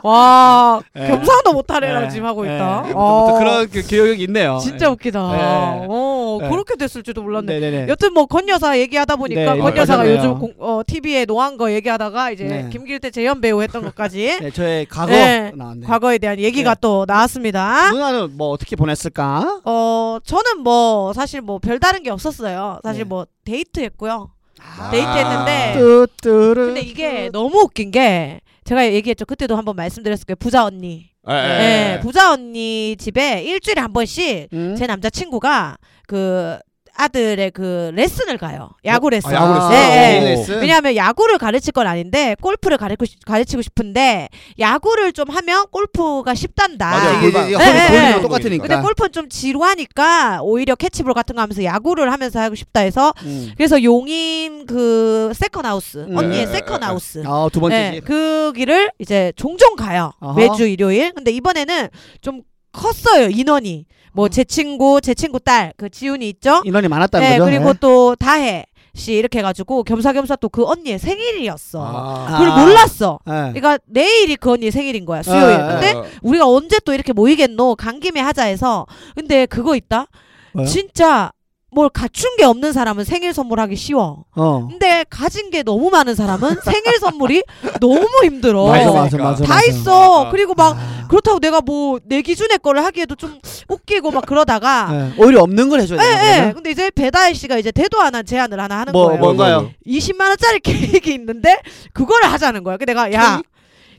Speaker 1: 와,
Speaker 2: 예.
Speaker 1: 겸상도 못하래라
Speaker 2: 예.
Speaker 1: 지금 하고
Speaker 2: 예.
Speaker 1: 있다.
Speaker 2: 아무튼
Speaker 1: 어,
Speaker 2: 그런 그 기억이 있네요.
Speaker 1: 진짜 웃기다.
Speaker 2: 예.
Speaker 1: 어,
Speaker 2: 예.
Speaker 1: 그렇게 됐을지도 몰랐네.
Speaker 2: 네네네.
Speaker 1: 여튼 뭐 건여사 얘기하다 보니까
Speaker 2: 네,
Speaker 1: 건여사가
Speaker 2: 맞았네요.
Speaker 1: 요즘 공, 어, TV에 노한 거 얘기하다가 이제
Speaker 2: 네.
Speaker 1: 김길태 재현 배우 했던 것까지
Speaker 2: 네, 저의 과거
Speaker 1: 네.
Speaker 2: 나왔네.
Speaker 1: 과거에 대한 얘기가
Speaker 2: 네.
Speaker 1: 또 나왔습니다.
Speaker 2: 누나는 뭐 어떻게 보냈을까?
Speaker 1: 어, 저는 뭐 사실 뭐 별다른 게 없었어요. 사실
Speaker 2: 네.
Speaker 1: 뭐 데이트했고요.
Speaker 3: 아.
Speaker 1: 데이트했는데
Speaker 2: 뚜뚜르.
Speaker 1: 네. 근데 이게 너무 웃긴 게 제가 얘기했죠. 그때도 한번 말씀드렸을 거예요. 부자 언니.
Speaker 3: 예, 예,
Speaker 1: 예,
Speaker 2: 네.
Speaker 3: 예.
Speaker 1: 부자 언니 집에 일주일에 한 번씩
Speaker 2: 음?
Speaker 1: 제 남자친구가 그 아들의 그 레슨을 가요. 야구 레슨.
Speaker 3: 아, 야구를
Speaker 2: 아,
Speaker 1: 네, 네.
Speaker 3: 오.
Speaker 2: 레슨?
Speaker 1: 왜냐하면 야구를 가르칠 건 아닌데 골프를 가르치고, 싶- 가르치고 싶은데 야구를 좀 하면 골프가 쉽단다.
Speaker 3: 맞아요.
Speaker 2: 이게 이제
Speaker 3: 골반.
Speaker 2: 허리
Speaker 1: 네,
Speaker 2: 돌리는
Speaker 1: 네.
Speaker 2: 거 똑같으니까.
Speaker 1: 근데 골프는 좀 지루하니까 오히려 캐치볼 같은 거 하면서 야구를 하면서 하고 싶다 해서
Speaker 2: 음.
Speaker 1: 그래서 용인 그 세컨 하우스
Speaker 2: 음.
Speaker 1: 언니의
Speaker 3: 네,
Speaker 1: 세컨
Speaker 3: 네,
Speaker 1: 하우스
Speaker 2: 아, 두 번째
Speaker 1: 네,
Speaker 2: 집.
Speaker 1: 그 길을 이제 종종 가요.
Speaker 2: 아하.
Speaker 1: 매주 일요일. 근데 이번에는 좀 컸어요 인원이. 뭐 제 친구, 제 친구 딸, 그 지훈이 있죠.
Speaker 2: 인원이 많았다는
Speaker 1: 네,
Speaker 2: 거죠.
Speaker 1: 그리고
Speaker 2: 네.
Speaker 1: 또 다혜 씨 이렇게 해가지고 겸사겸사 또 그 언니의 생일이었어.
Speaker 3: 아.
Speaker 1: 그걸
Speaker 2: 아.
Speaker 1: 몰랐어.
Speaker 2: 네.
Speaker 1: 그러니까 내일이 그 언니 생일인 거야 수요일.
Speaker 2: 아,
Speaker 1: 근데
Speaker 3: 어, 어.
Speaker 1: 우리가 언제 또 이렇게 모이겠노? 간 김에 하자 해서. 근데 그거 있다.
Speaker 2: 뭐요?
Speaker 1: 진짜 뭘 갖춘 게 없는 사람은 생일 선물하기 쉬워.
Speaker 2: 어.
Speaker 1: 근데 가진 게 너무 많은 사람은 생일 선물이 너무 힘들어.
Speaker 2: 맞아,
Speaker 3: 어.
Speaker 2: 맞아, 맞아.
Speaker 1: 다
Speaker 2: 맞아.
Speaker 1: 있어.
Speaker 3: 아.
Speaker 1: 그리고 막
Speaker 2: 아.
Speaker 1: 그렇다고 내가 뭐 내 기준의 거를 하기에도 좀 웃기고 막 그러다가
Speaker 2: 네. 오히려 없는 걸 해줘야
Speaker 1: 예, 예.
Speaker 2: 되는
Speaker 1: 근데 이제 배다혜 씨가 이제 대도 하나 제안을 하나 하는
Speaker 2: 뭐,
Speaker 1: 거예요. 네.
Speaker 2: 뭔가요?
Speaker 1: 20만 원짜리 케이크 있는데 그거를 하자는 거야. 그 내가 야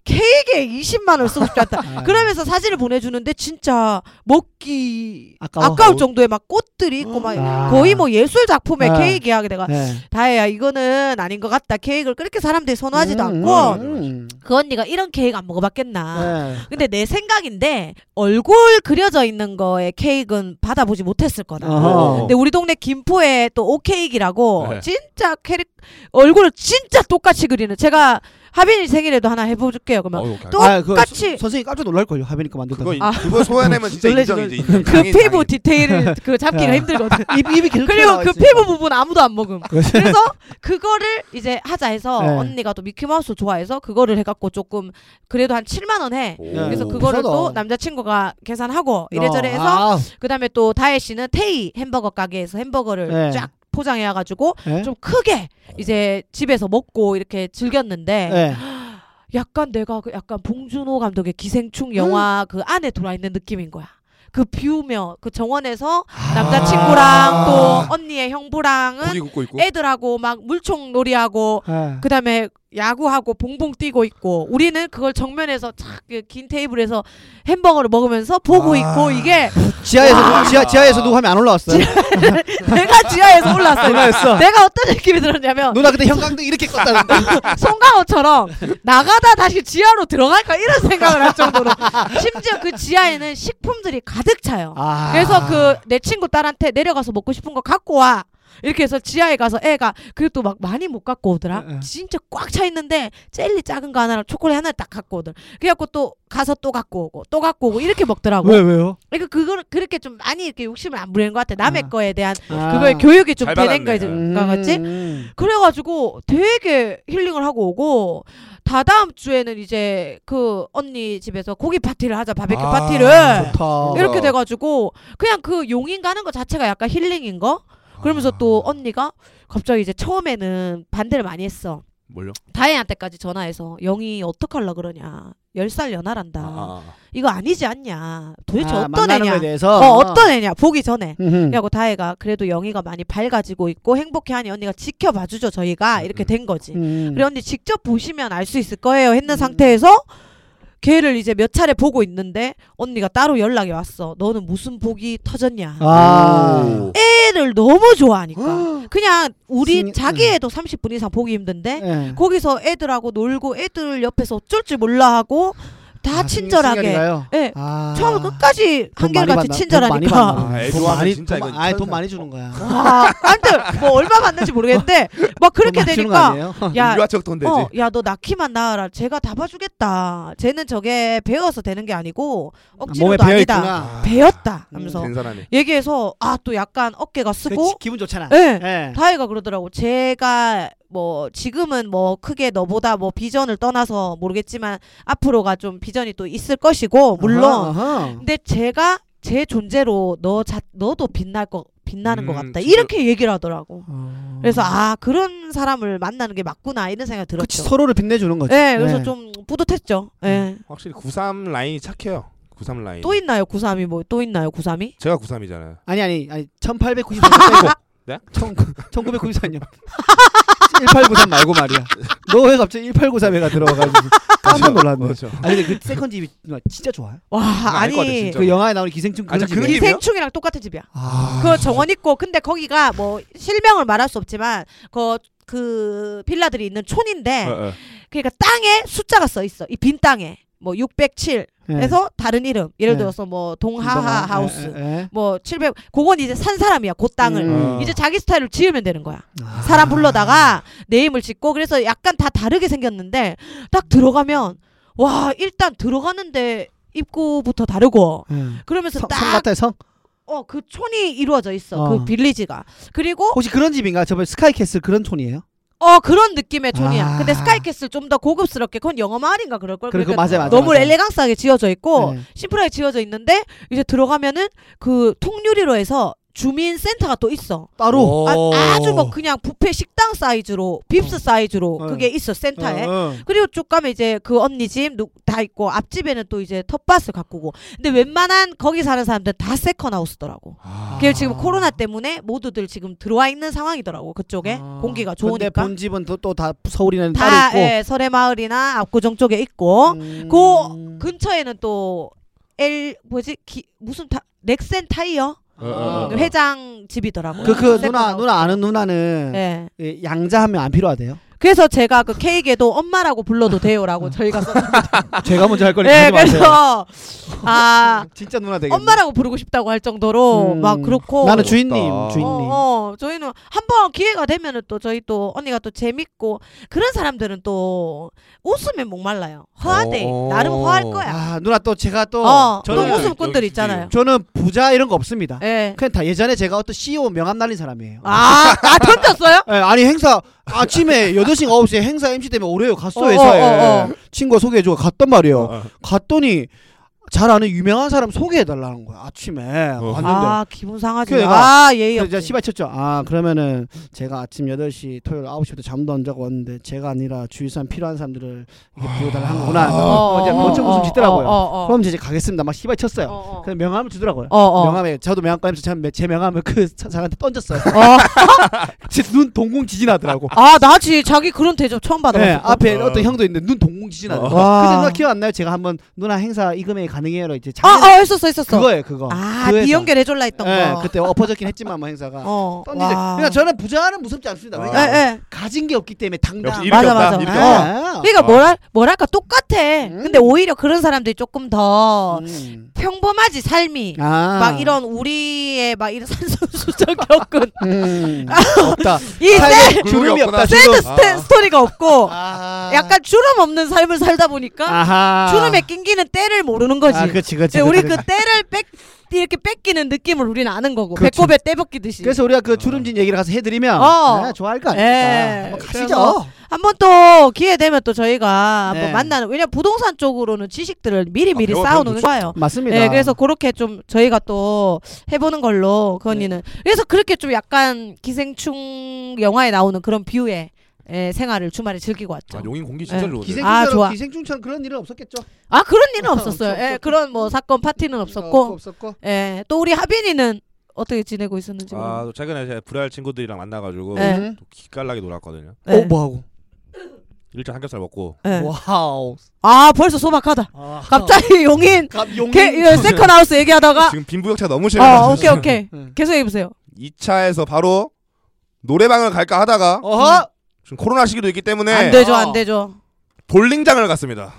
Speaker 1: 케이크에 20만 원 쓰고 싶지 않다.
Speaker 2: 아.
Speaker 1: 그러면서 사진을 보내주는데 진짜 먹기
Speaker 2: 아까워.
Speaker 1: 아까울, 정도의 막 꽃들이 있고 막
Speaker 2: 아.
Speaker 1: 거의 뭐 예술 작품의
Speaker 2: 아.
Speaker 1: 케이크 이야기 내가
Speaker 2: 네.
Speaker 1: 다혜야 이거는 아닌 것 같다 케이크를 그렇게 사람들이 선호하지도
Speaker 2: 음,
Speaker 1: 않고 아.
Speaker 2: 음, 음.
Speaker 1: 그 언니가 이런 케이크 안 먹어봤겠나
Speaker 2: 네.
Speaker 1: 근데 내 생각인데 얼굴 그려져 있는 거에 케이크는 받아보지 못했을 거다
Speaker 2: 어허.
Speaker 1: 근데 우리 동네 김포에 또 오케이기라고
Speaker 3: 네.
Speaker 1: 진짜 캐릭 얼굴을 진짜 똑같이 그리는 제가 하빈이 생일에도 하나 해볼게요 그러면
Speaker 3: 어우,
Speaker 1: 뭐
Speaker 3: 강-
Speaker 1: 또-
Speaker 2: 아, 그거
Speaker 1: 똑같이-
Speaker 2: 선- 선생님 깜짝 놀랄걸요 하빈이 거 만든다
Speaker 3: 그거 인-
Speaker 1: 아.
Speaker 3: 그거 소화내면 진짜
Speaker 2: 놀래,
Speaker 3: 인정
Speaker 2: 놀래.
Speaker 3: 이제 인정.
Speaker 1: 그
Speaker 3: 장인,
Speaker 1: 피부
Speaker 3: 장인.
Speaker 1: 디테일을 그 잡기가
Speaker 2: 야.
Speaker 1: 힘들거든
Speaker 2: 입, 네. 입이 계속
Speaker 1: 그리고
Speaker 2: 튀어나와
Speaker 1: 그
Speaker 2: 있으니까.
Speaker 1: 피부 부분 아무도 안 먹음. 그래서 그거를 이제 하자 해서
Speaker 2: 네.
Speaker 1: 언니가 또 미키마우스 좋아해서 그거를 해갖고 조금 그래도 한 7만 원 해.
Speaker 3: 오.
Speaker 1: 그래서
Speaker 2: 오,
Speaker 1: 그거를
Speaker 2: 비싸다.
Speaker 1: 또 남자친구가 계산하고 이래저래
Speaker 2: 어,
Speaker 1: 해서
Speaker 2: 아,
Speaker 1: 그다음에 또 다혜 씨는 테이 햄버거 가게에서 햄버거를
Speaker 2: 네.
Speaker 1: 쫙 포장해와가지고
Speaker 2: 네?
Speaker 1: 좀 크게 이제 집에서 먹고 이렇게 즐겼는데
Speaker 2: 네.
Speaker 1: 약간 내가 그 약간 봉준호 감독의 기생충 영화
Speaker 2: 음.
Speaker 1: 그 안에 돌아 있는 느낌인 거야. 그 비우며 그 정원에서 남자친구랑
Speaker 2: 아.
Speaker 1: 또 언니의 형부랑은
Speaker 3: 고기 굽고 있고.
Speaker 1: 애들하고 막 물총 놀이하고
Speaker 2: 네.
Speaker 1: 그다음에 야구하고 봉봉 뛰고 있고 우리는 그걸 정면에서 그 착긴 테이블에서 햄버거를 먹으면서 보고
Speaker 3: 아.
Speaker 1: 있고 이게
Speaker 2: 지하에서
Speaker 3: 와.
Speaker 1: 아.
Speaker 2: 지하 지하에서 누구 하면 안 올라왔어요
Speaker 1: 내가 지하에서 올랐어요.
Speaker 2: 누나였어
Speaker 1: 내가 어떤 느낌이 들었냐면
Speaker 2: 누나 그때 형광등 이렇게 껐다는데
Speaker 1: 송강호처럼 나가다 다시 지하로 들어갈까 이런 생각을 할 정도로 심지어 그 지하에는 식품들이 가득 차요.
Speaker 2: 아.
Speaker 1: 그래서 그 내 친구 딸한테 내려가서 먹고 싶은 거 갖고 와. 이렇게 해서 지하에 가서 애가 그리고 또 막 많이 못 갖고
Speaker 2: 응, 응.
Speaker 1: 오더라. 진짜 꽉 차 있는데 젤리 작은 거 하나랑 초콜릿 하나 딱 갖고 오더라. 그래갖고 또 가서 또 갖고 오고 또 갖고 오고 이렇게 먹더라고.
Speaker 2: 왜 왜요
Speaker 1: 그러니까 그걸 그렇게 좀 많이 이렇게 욕심을 안 부리는 것 같아. 남의
Speaker 2: 아.
Speaker 1: 거에 대한
Speaker 2: 아.
Speaker 1: 그거에 교육이 좀
Speaker 3: 잘
Speaker 1: 되는
Speaker 3: 받았네.
Speaker 1: 거지.
Speaker 2: 음.
Speaker 1: 같지? 그래가지고 되게 힐링을 하고 오고 다다음 주에는 이제 그 언니 집에서 고기 파티를 하자 바베큐
Speaker 3: 아,
Speaker 1: 파티를
Speaker 2: 좋다
Speaker 1: 이렇게 돼가지고 그냥 그 용인 가는 것 자체가 약간 힐링인 거
Speaker 3: 아.
Speaker 1: 그러면서 또 언니가 갑자기 이제 처음에는 반대를 많이 했어
Speaker 3: 뭘요?
Speaker 1: 다혜한테까지 전화해서 영희 어떡할라 그러냐 10살 연하란다
Speaker 3: 아.
Speaker 1: 이거 아니지 않냐 도대체
Speaker 2: 아,
Speaker 1: 어떤
Speaker 2: 만나는
Speaker 1: 애냐
Speaker 2: 거에 대해서
Speaker 1: 어, 어떤 애냐 보기 전에
Speaker 2: 음흠.
Speaker 1: 그리고 다혜가 그래도 영희가 많이 밝아지고 있고 행복해하니 언니가 지켜봐 주죠 저희가 이렇게 된 거지.
Speaker 2: 음.
Speaker 1: 그래 언니 직접 보시면 알 수 있을 거예요 했는 상태에서 걔를 이제 몇 차례 보고 있는데 언니가 따로 연락이 왔어. 너는 무슨 복이 터졌냐?
Speaker 2: 아
Speaker 3: 오.
Speaker 1: 애를 너무 좋아하니까 그냥 우리
Speaker 2: 신-
Speaker 1: 자기애도 30분 이상 보기 힘든데
Speaker 2: 예.
Speaker 1: 거기서 애들하고 놀고 애들 옆에서 어쩔 줄 몰라 하고 다
Speaker 2: 아, 승-
Speaker 1: 친절하게.
Speaker 2: 승열이가요?
Speaker 1: 예.
Speaker 2: 아.
Speaker 1: 처음 끝까지
Speaker 2: 돈 많이
Speaker 1: 한결같이
Speaker 2: 받나? 돈 많이
Speaker 1: 친절하니까.
Speaker 2: 받나?
Speaker 3: 아, 애
Speaker 2: 돈
Speaker 3: 좋아하면
Speaker 2: 많이
Speaker 3: 진짜
Speaker 2: 돈,
Speaker 3: 이건
Speaker 2: 아예 돈
Speaker 3: 천사.
Speaker 2: 많이 주는 거야
Speaker 1: 아, 아무튼 뭐 얼마 받는지 모르겠는데 막 그렇게
Speaker 2: 돈 많이 주는 뭐 거
Speaker 1: 되니까
Speaker 2: 아니에요?
Speaker 1: 야,
Speaker 3: 유아적 돈 되지.
Speaker 1: 어, 야 너 나 키만 낳아라. 제가 다 봐주겠다. 쟤는 저게 배워서 되는 게 아니고
Speaker 2: 몸에
Speaker 1: 억지로도
Speaker 2: 배어
Speaker 1: 아니다.
Speaker 2: 있구나 음,
Speaker 3: 아,
Speaker 1: 배웠다. 하면서
Speaker 3: 된 사람이.
Speaker 1: 얘기해서 아 또 약간 어깨가 쓰고
Speaker 2: 그렇지, 기분 좋잖아
Speaker 1: 예.
Speaker 2: 예.
Speaker 1: 다혜가 그러더라고. 제가 뭐 지금은 뭐 크게 너보다 뭐 비전을 떠나서 모르겠지만 앞으로가 좀 비전이 또 있을 것이고 물론
Speaker 2: 아하, 아하.
Speaker 1: 근데 제가 제 존재로 너 자, 너도 빛날 거 빛나는 것
Speaker 3: 음,
Speaker 1: 같다.
Speaker 3: 진짜.
Speaker 1: 이렇게 얘기를 하더라고.
Speaker 2: 어.
Speaker 1: 그래서 아 그런 사람을 만나는 게 맞구나 이런 생각이
Speaker 2: 그치
Speaker 1: 들었죠.
Speaker 2: 서로를 음. 빛내주는 거지
Speaker 1: 네, 그래서
Speaker 2: 예.
Speaker 1: 좀 뿌듯했죠. 예.
Speaker 3: 확실히 93 라인이 착해요. 93 라인.
Speaker 1: 또 있나요 93이 뭐 또 있나요 93이?
Speaker 3: 제가 93이잖아요.
Speaker 2: 아니 아니 아니 1894년 빼고
Speaker 3: 네?
Speaker 2: 1994년 1893 말고 말이야 너 왜 갑자기 1893에가 들어와가지고
Speaker 1: 아,
Speaker 2: 깜짝 놀랐네
Speaker 3: 그렇죠.
Speaker 2: 아니 근데 그 세컨 집이 누나 진짜 좋아요
Speaker 1: 와
Speaker 3: 음, 알것 같아,
Speaker 1: 아니
Speaker 3: 진짜.
Speaker 2: 그 영화에 나오는 기생충
Speaker 3: 아,
Speaker 2: 그런
Speaker 3: 저 그런
Speaker 2: 집이
Speaker 3: 집이에요?
Speaker 1: 생충이랑 똑같은 집이야.
Speaker 2: 아,
Speaker 1: 그 정원 있고 근데 거기가 뭐 실명을 말할 수 없지만 그. 그 빌라들이 있는 촌인데
Speaker 3: 어, 어.
Speaker 1: 그러니까 땅에 숫자가 써 있어 이 빈 땅에 뭐 607에서
Speaker 2: 예.
Speaker 1: 다른 이름 예를
Speaker 2: 네.
Speaker 1: 들어서 뭐
Speaker 2: 김동완,
Speaker 1: 동하하 하우스
Speaker 2: 예, 예, 예.
Speaker 1: 뭐 700, 그건 이제 산 사람이야, 그 땅을.
Speaker 2: 음.
Speaker 1: 이제 자기 스타일로 지으면 되는 거야.
Speaker 2: 아.
Speaker 1: 사람 불러다가 내 힘을 짓고 그래서 약간 다 다르게 생겼는데 딱 들어가면 와, 일단 들어가는데 입구부터 다르고
Speaker 2: 예.
Speaker 1: 그러면서
Speaker 2: 성, 성
Speaker 1: 딱
Speaker 2: 같아요 성
Speaker 1: 어, 그 촌이 이루어져 있어.
Speaker 2: 어.
Speaker 1: 그 빌리지가. 그리고
Speaker 2: 혹시 그런 집인가 저번에 스카이캐슬 그런 촌이에요
Speaker 1: 어, 그런 느낌의 촌이야.
Speaker 2: 아.
Speaker 1: 근데 스카이캐슬 좀 더 고급스럽게 그건 영어 마을인가 그럴 걸. 그러니까
Speaker 2: 그래 그거 맞아요 맞아요
Speaker 1: 너무
Speaker 2: 맞아요.
Speaker 1: 엘레강스하게 지어져 있고
Speaker 2: 예.
Speaker 1: 심플하게 지어져 있는데 이제 들어가면은 그 통유리로 해서 주민센터가 또 있어.
Speaker 2: 따로
Speaker 1: 아, 아주 뭐 그냥 뷔페 식당 사이즈로 빕스 사이즈로
Speaker 2: 어.
Speaker 1: 그게 있어 센터에.
Speaker 2: 어, 어.
Speaker 1: 그리고 쭉 가면 이제 그 언니 집 다 있고 앞집에는 또 이제 텃밭을 가꾸고. 근데 웬만한 거기 사는 사람들 다 세컨하우스더라고.
Speaker 3: 아.
Speaker 2: 아.
Speaker 1: 그게 지금 코로나 때문에 모두들 지금 들어와 있는 상황이더라고 그쪽에
Speaker 2: 아.
Speaker 1: 공기가
Speaker 2: 근데
Speaker 1: 좋으니까.
Speaker 2: 본 집은 또 다 서울이는
Speaker 1: 다
Speaker 2: 따로 있고
Speaker 1: 예, 설해마을이나 압구정 쪽에 있고
Speaker 2: 음.
Speaker 1: 그 근처에는 또엘 뭐지 기, 무슨 타, 넥센 타이어
Speaker 3: 어, 어, 어.
Speaker 1: 그 회장 집이더라고.
Speaker 2: 그, 그 누나
Speaker 1: 세컨하우스.
Speaker 2: 누나 아는 누나는
Speaker 1: 예.
Speaker 2: 이 양자하면 안 필요하대요.
Speaker 1: 그래서 제가 그 케이크에도 엄마라고 불러도 돼요라고 저희가 썼는데
Speaker 2: 아, 제가 먼저 할 거니까
Speaker 1: 예,
Speaker 2: 하지 마세요.
Speaker 1: 그래서 아
Speaker 2: 진짜 누나 되겠네.
Speaker 1: 엄마라고 부르고 싶다고 할 정도로
Speaker 2: 음.
Speaker 1: 막 그렇고
Speaker 2: 나는 주인님
Speaker 3: 부럽다.
Speaker 2: 주인님.
Speaker 1: 어, 어, 저희는 한 번 기회가 되면은 또 저희 또 언니가 또 재밌고 그런 사람들은 또 웃으면 목말라요. 허하대
Speaker 3: 어.
Speaker 1: 나름 허할 거야.
Speaker 2: 아 누나 또 제가 또
Speaker 1: 어,
Speaker 2: 저는
Speaker 1: 또 웃음꾼들
Speaker 3: 여기
Speaker 1: 있잖아요.
Speaker 2: 저는 부자 이런 거 없습니다.
Speaker 1: 예.
Speaker 2: 그냥 다 예전에 제가 어떤 CEO 명함 날린 사람이에요.
Speaker 1: 아, 아 던졌어요?
Speaker 2: 예, 아니 행사 아침에 8시 9시에 행사 MC 때문에 오래요 갔어
Speaker 1: 어,
Speaker 2: 회사에
Speaker 1: 어, 어, 어.
Speaker 2: 친구가 소개해주고 갔단
Speaker 1: 그-
Speaker 2: 말이에요
Speaker 3: 어.
Speaker 2: 갔더니 잘 아는 유명한 사람 소개해달라는 거야 아침에 왔는데
Speaker 1: 아, 기분 상하지.
Speaker 2: 그래,
Speaker 1: 아, 예의
Speaker 2: 그래서 제가
Speaker 1: 없지.
Speaker 2: 시발 쳤죠 아 그러면은 제가 아침 8시 토요일 9시부터 잠도 안 자고 왔는데 제가 아니라 주위 사람 필요한 사람들을 이렇게 부여달라는 거구나
Speaker 1: 어,
Speaker 2: 이제
Speaker 1: 어,
Speaker 2: 멋쩍
Speaker 1: 어,
Speaker 2: 웃음 짓더라고요
Speaker 1: 어, 어, 어.
Speaker 2: 그럼 이제 가겠습니다 막 시발 쳤어요
Speaker 1: 어, 어.
Speaker 2: 그래서 명함을 주더라고요
Speaker 1: 어, 어.
Speaker 2: 명함에 저도 명함 꺼내서 참 제 명함을 그 사- 사람한테 던졌어요
Speaker 1: 어.
Speaker 2: 제 눈 동공 지진하더라고
Speaker 1: 아, 나지. 자기 그런 대접 처음 아, 받아.
Speaker 2: 네, 앞에
Speaker 3: 어.
Speaker 2: 어. 떤 형도 있는데 눈 동공 지진하네.
Speaker 3: 어.
Speaker 2: 그
Speaker 1: 와.
Speaker 2: 생각 기억 안 나요? 제가 한번 누나 행사 이 금액이 가능해요로 이제
Speaker 1: 아,
Speaker 2: 작년
Speaker 1: 아, 했었어, 했었어.
Speaker 2: 그거예요, 그거.
Speaker 1: 아,
Speaker 2: 그
Speaker 1: 니
Speaker 2: 회사.
Speaker 1: 연결해 줄라 했던
Speaker 2: 예,
Speaker 1: 거.
Speaker 2: 그때 엎어졌긴 했지만 뭐 행사가.
Speaker 1: 어.
Speaker 2: 던지죠.
Speaker 1: 와.
Speaker 2: 그러니까 저는 부자는 무섭지 않습니다.
Speaker 3: 와.
Speaker 1: 예,
Speaker 2: 왜냐
Speaker 1: 예.
Speaker 2: 가진 게 없기 때문에 당당.
Speaker 3: 역시
Speaker 1: 맞아,
Speaker 3: 일으켰다
Speaker 1: 맞아.
Speaker 3: 일으켰다
Speaker 2: 아.
Speaker 1: 그러니까
Speaker 3: 아.
Speaker 1: 뭐라 뭐랄까 똑같아.
Speaker 2: 음.
Speaker 1: 근데 오히려 그런 사람들이 조금 더
Speaker 2: 음.
Speaker 1: 평범하지 삶이.
Speaker 2: 아.
Speaker 1: 막 이런 우리의 막 이런 산소수적 겪은
Speaker 2: 음. 없다.
Speaker 1: 이
Speaker 2: 삶에
Speaker 1: 세,
Speaker 2: 주름이
Speaker 3: 없구나.
Speaker 2: 없다.
Speaker 1: 새드
Speaker 2: 주름.
Speaker 1: 스테,
Speaker 3: 아.
Speaker 1: 스토리가 없고
Speaker 2: 아.
Speaker 1: 약간 주름 없는 삶을 살다 보니까
Speaker 2: 아하.
Speaker 1: 주름에 낑기는 때를 모르는 거지.
Speaker 2: 아, 그렇지, 그렇지.
Speaker 1: 근데 우리 그 때를 뺏 이렇게 뺏기는 느낌을 우리는 아는 거고
Speaker 2: 그렇죠.
Speaker 1: 배꼽에 떼벗기듯이.
Speaker 2: 그래서 우리가
Speaker 3: 어.
Speaker 2: 그 주름진 얘기를 가서 해드리면
Speaker 1: 어.
Speaker 2: 아, 좋아할 거
Speaker 1: 예.
Speaker 2: 아닙니까? 한번
Speaker 1: 그래서
Speaker 2: 가시죠.
Speaker 1: 한 번 또 기회 되면 또 저희가
Speaker 2: 네.
Speaker 1: 한번 만나는 왜냐 면 부동산 쪽으로는 지식들을 미리 미리
Speaker 3: 배워가면
Speaker 1: 쌓아놓는
Speaker 3: 좋죠.
Speaker 1: 거예요.
Speaker 2: 맞습니다.
Speaker 1: 네, 그래서 그렇게 좀 저희가 또 해보는 걸로 그
Speaker 2: 네.
Speaker 1: 언니는 그래서 그렇게 좀 약간 기생충 영화에 나오는 그런 뷰의 예, 생활을 주말에 즐기고 왔죠. 아,
Speaker 3: 아, 용인 공기 진짜
Speaker 1: 예.
Speaker 3: 좋은데
Speaker 2: 기생충처럼,
Speaker 1: 아, 좋아.
Speaker 2: 기생충처럼 그런 일은 없었겠죠?
Speaker 1: 아, 그런 일은 없었어요.
Speaker 2: 없었고.
Speaker 1: 예, 그런 뭐 사건 파티는 없었고,
Speaker 2: 음, 없었고.
Speaker 1: 예, 또 우리 하빈이는 어떻게 지내고 있었는지.
Speaker 3: 아,
Speaker 1: 모르겠어요.
Speaker 3: 또 최근에 제가 불알 친구들이랑 만나가지고
Speaker 1: 네.
Speaker 2: 음.
Speaker 3: 또 기깔나게 놀았거든요.
Speaker 1: 네.
Speaker 2: 어 뭐, 뭐하고?
Speaker 3: 일단 삼겹살 먹고
Speaker 1: 예.
Speaker 2: 와우.
Speaker 1: 아 벌써 소박하다.
Speaker 2: 아.
Speaker 1: 갑자기 용인
Speaker 2: 갑 용인.
Speaker 1: 개, 이거 세컨 하우스 얘기하다가
Speaker 3: 지금 빈부격차 너무
Speaker 1: 어
Speaker 3: 심해요. 네.
Speaker 1: 오케이 오케이
Speaker 2: 응.
Speaker 1: 계속 해보세요.
Speaker 3: 2차에서 바로 노래방을 갈까 하다가
Speaker 2: 어허.
Speaker 1: 음,
Speaker 3: 지금 코로나 시기도 있기 때문에
Speaker 1: 안 되죠
Speaker 2: 어.
Speaker 1: 안 되죠.
Speaker 3: 볼링장을 갔습니다.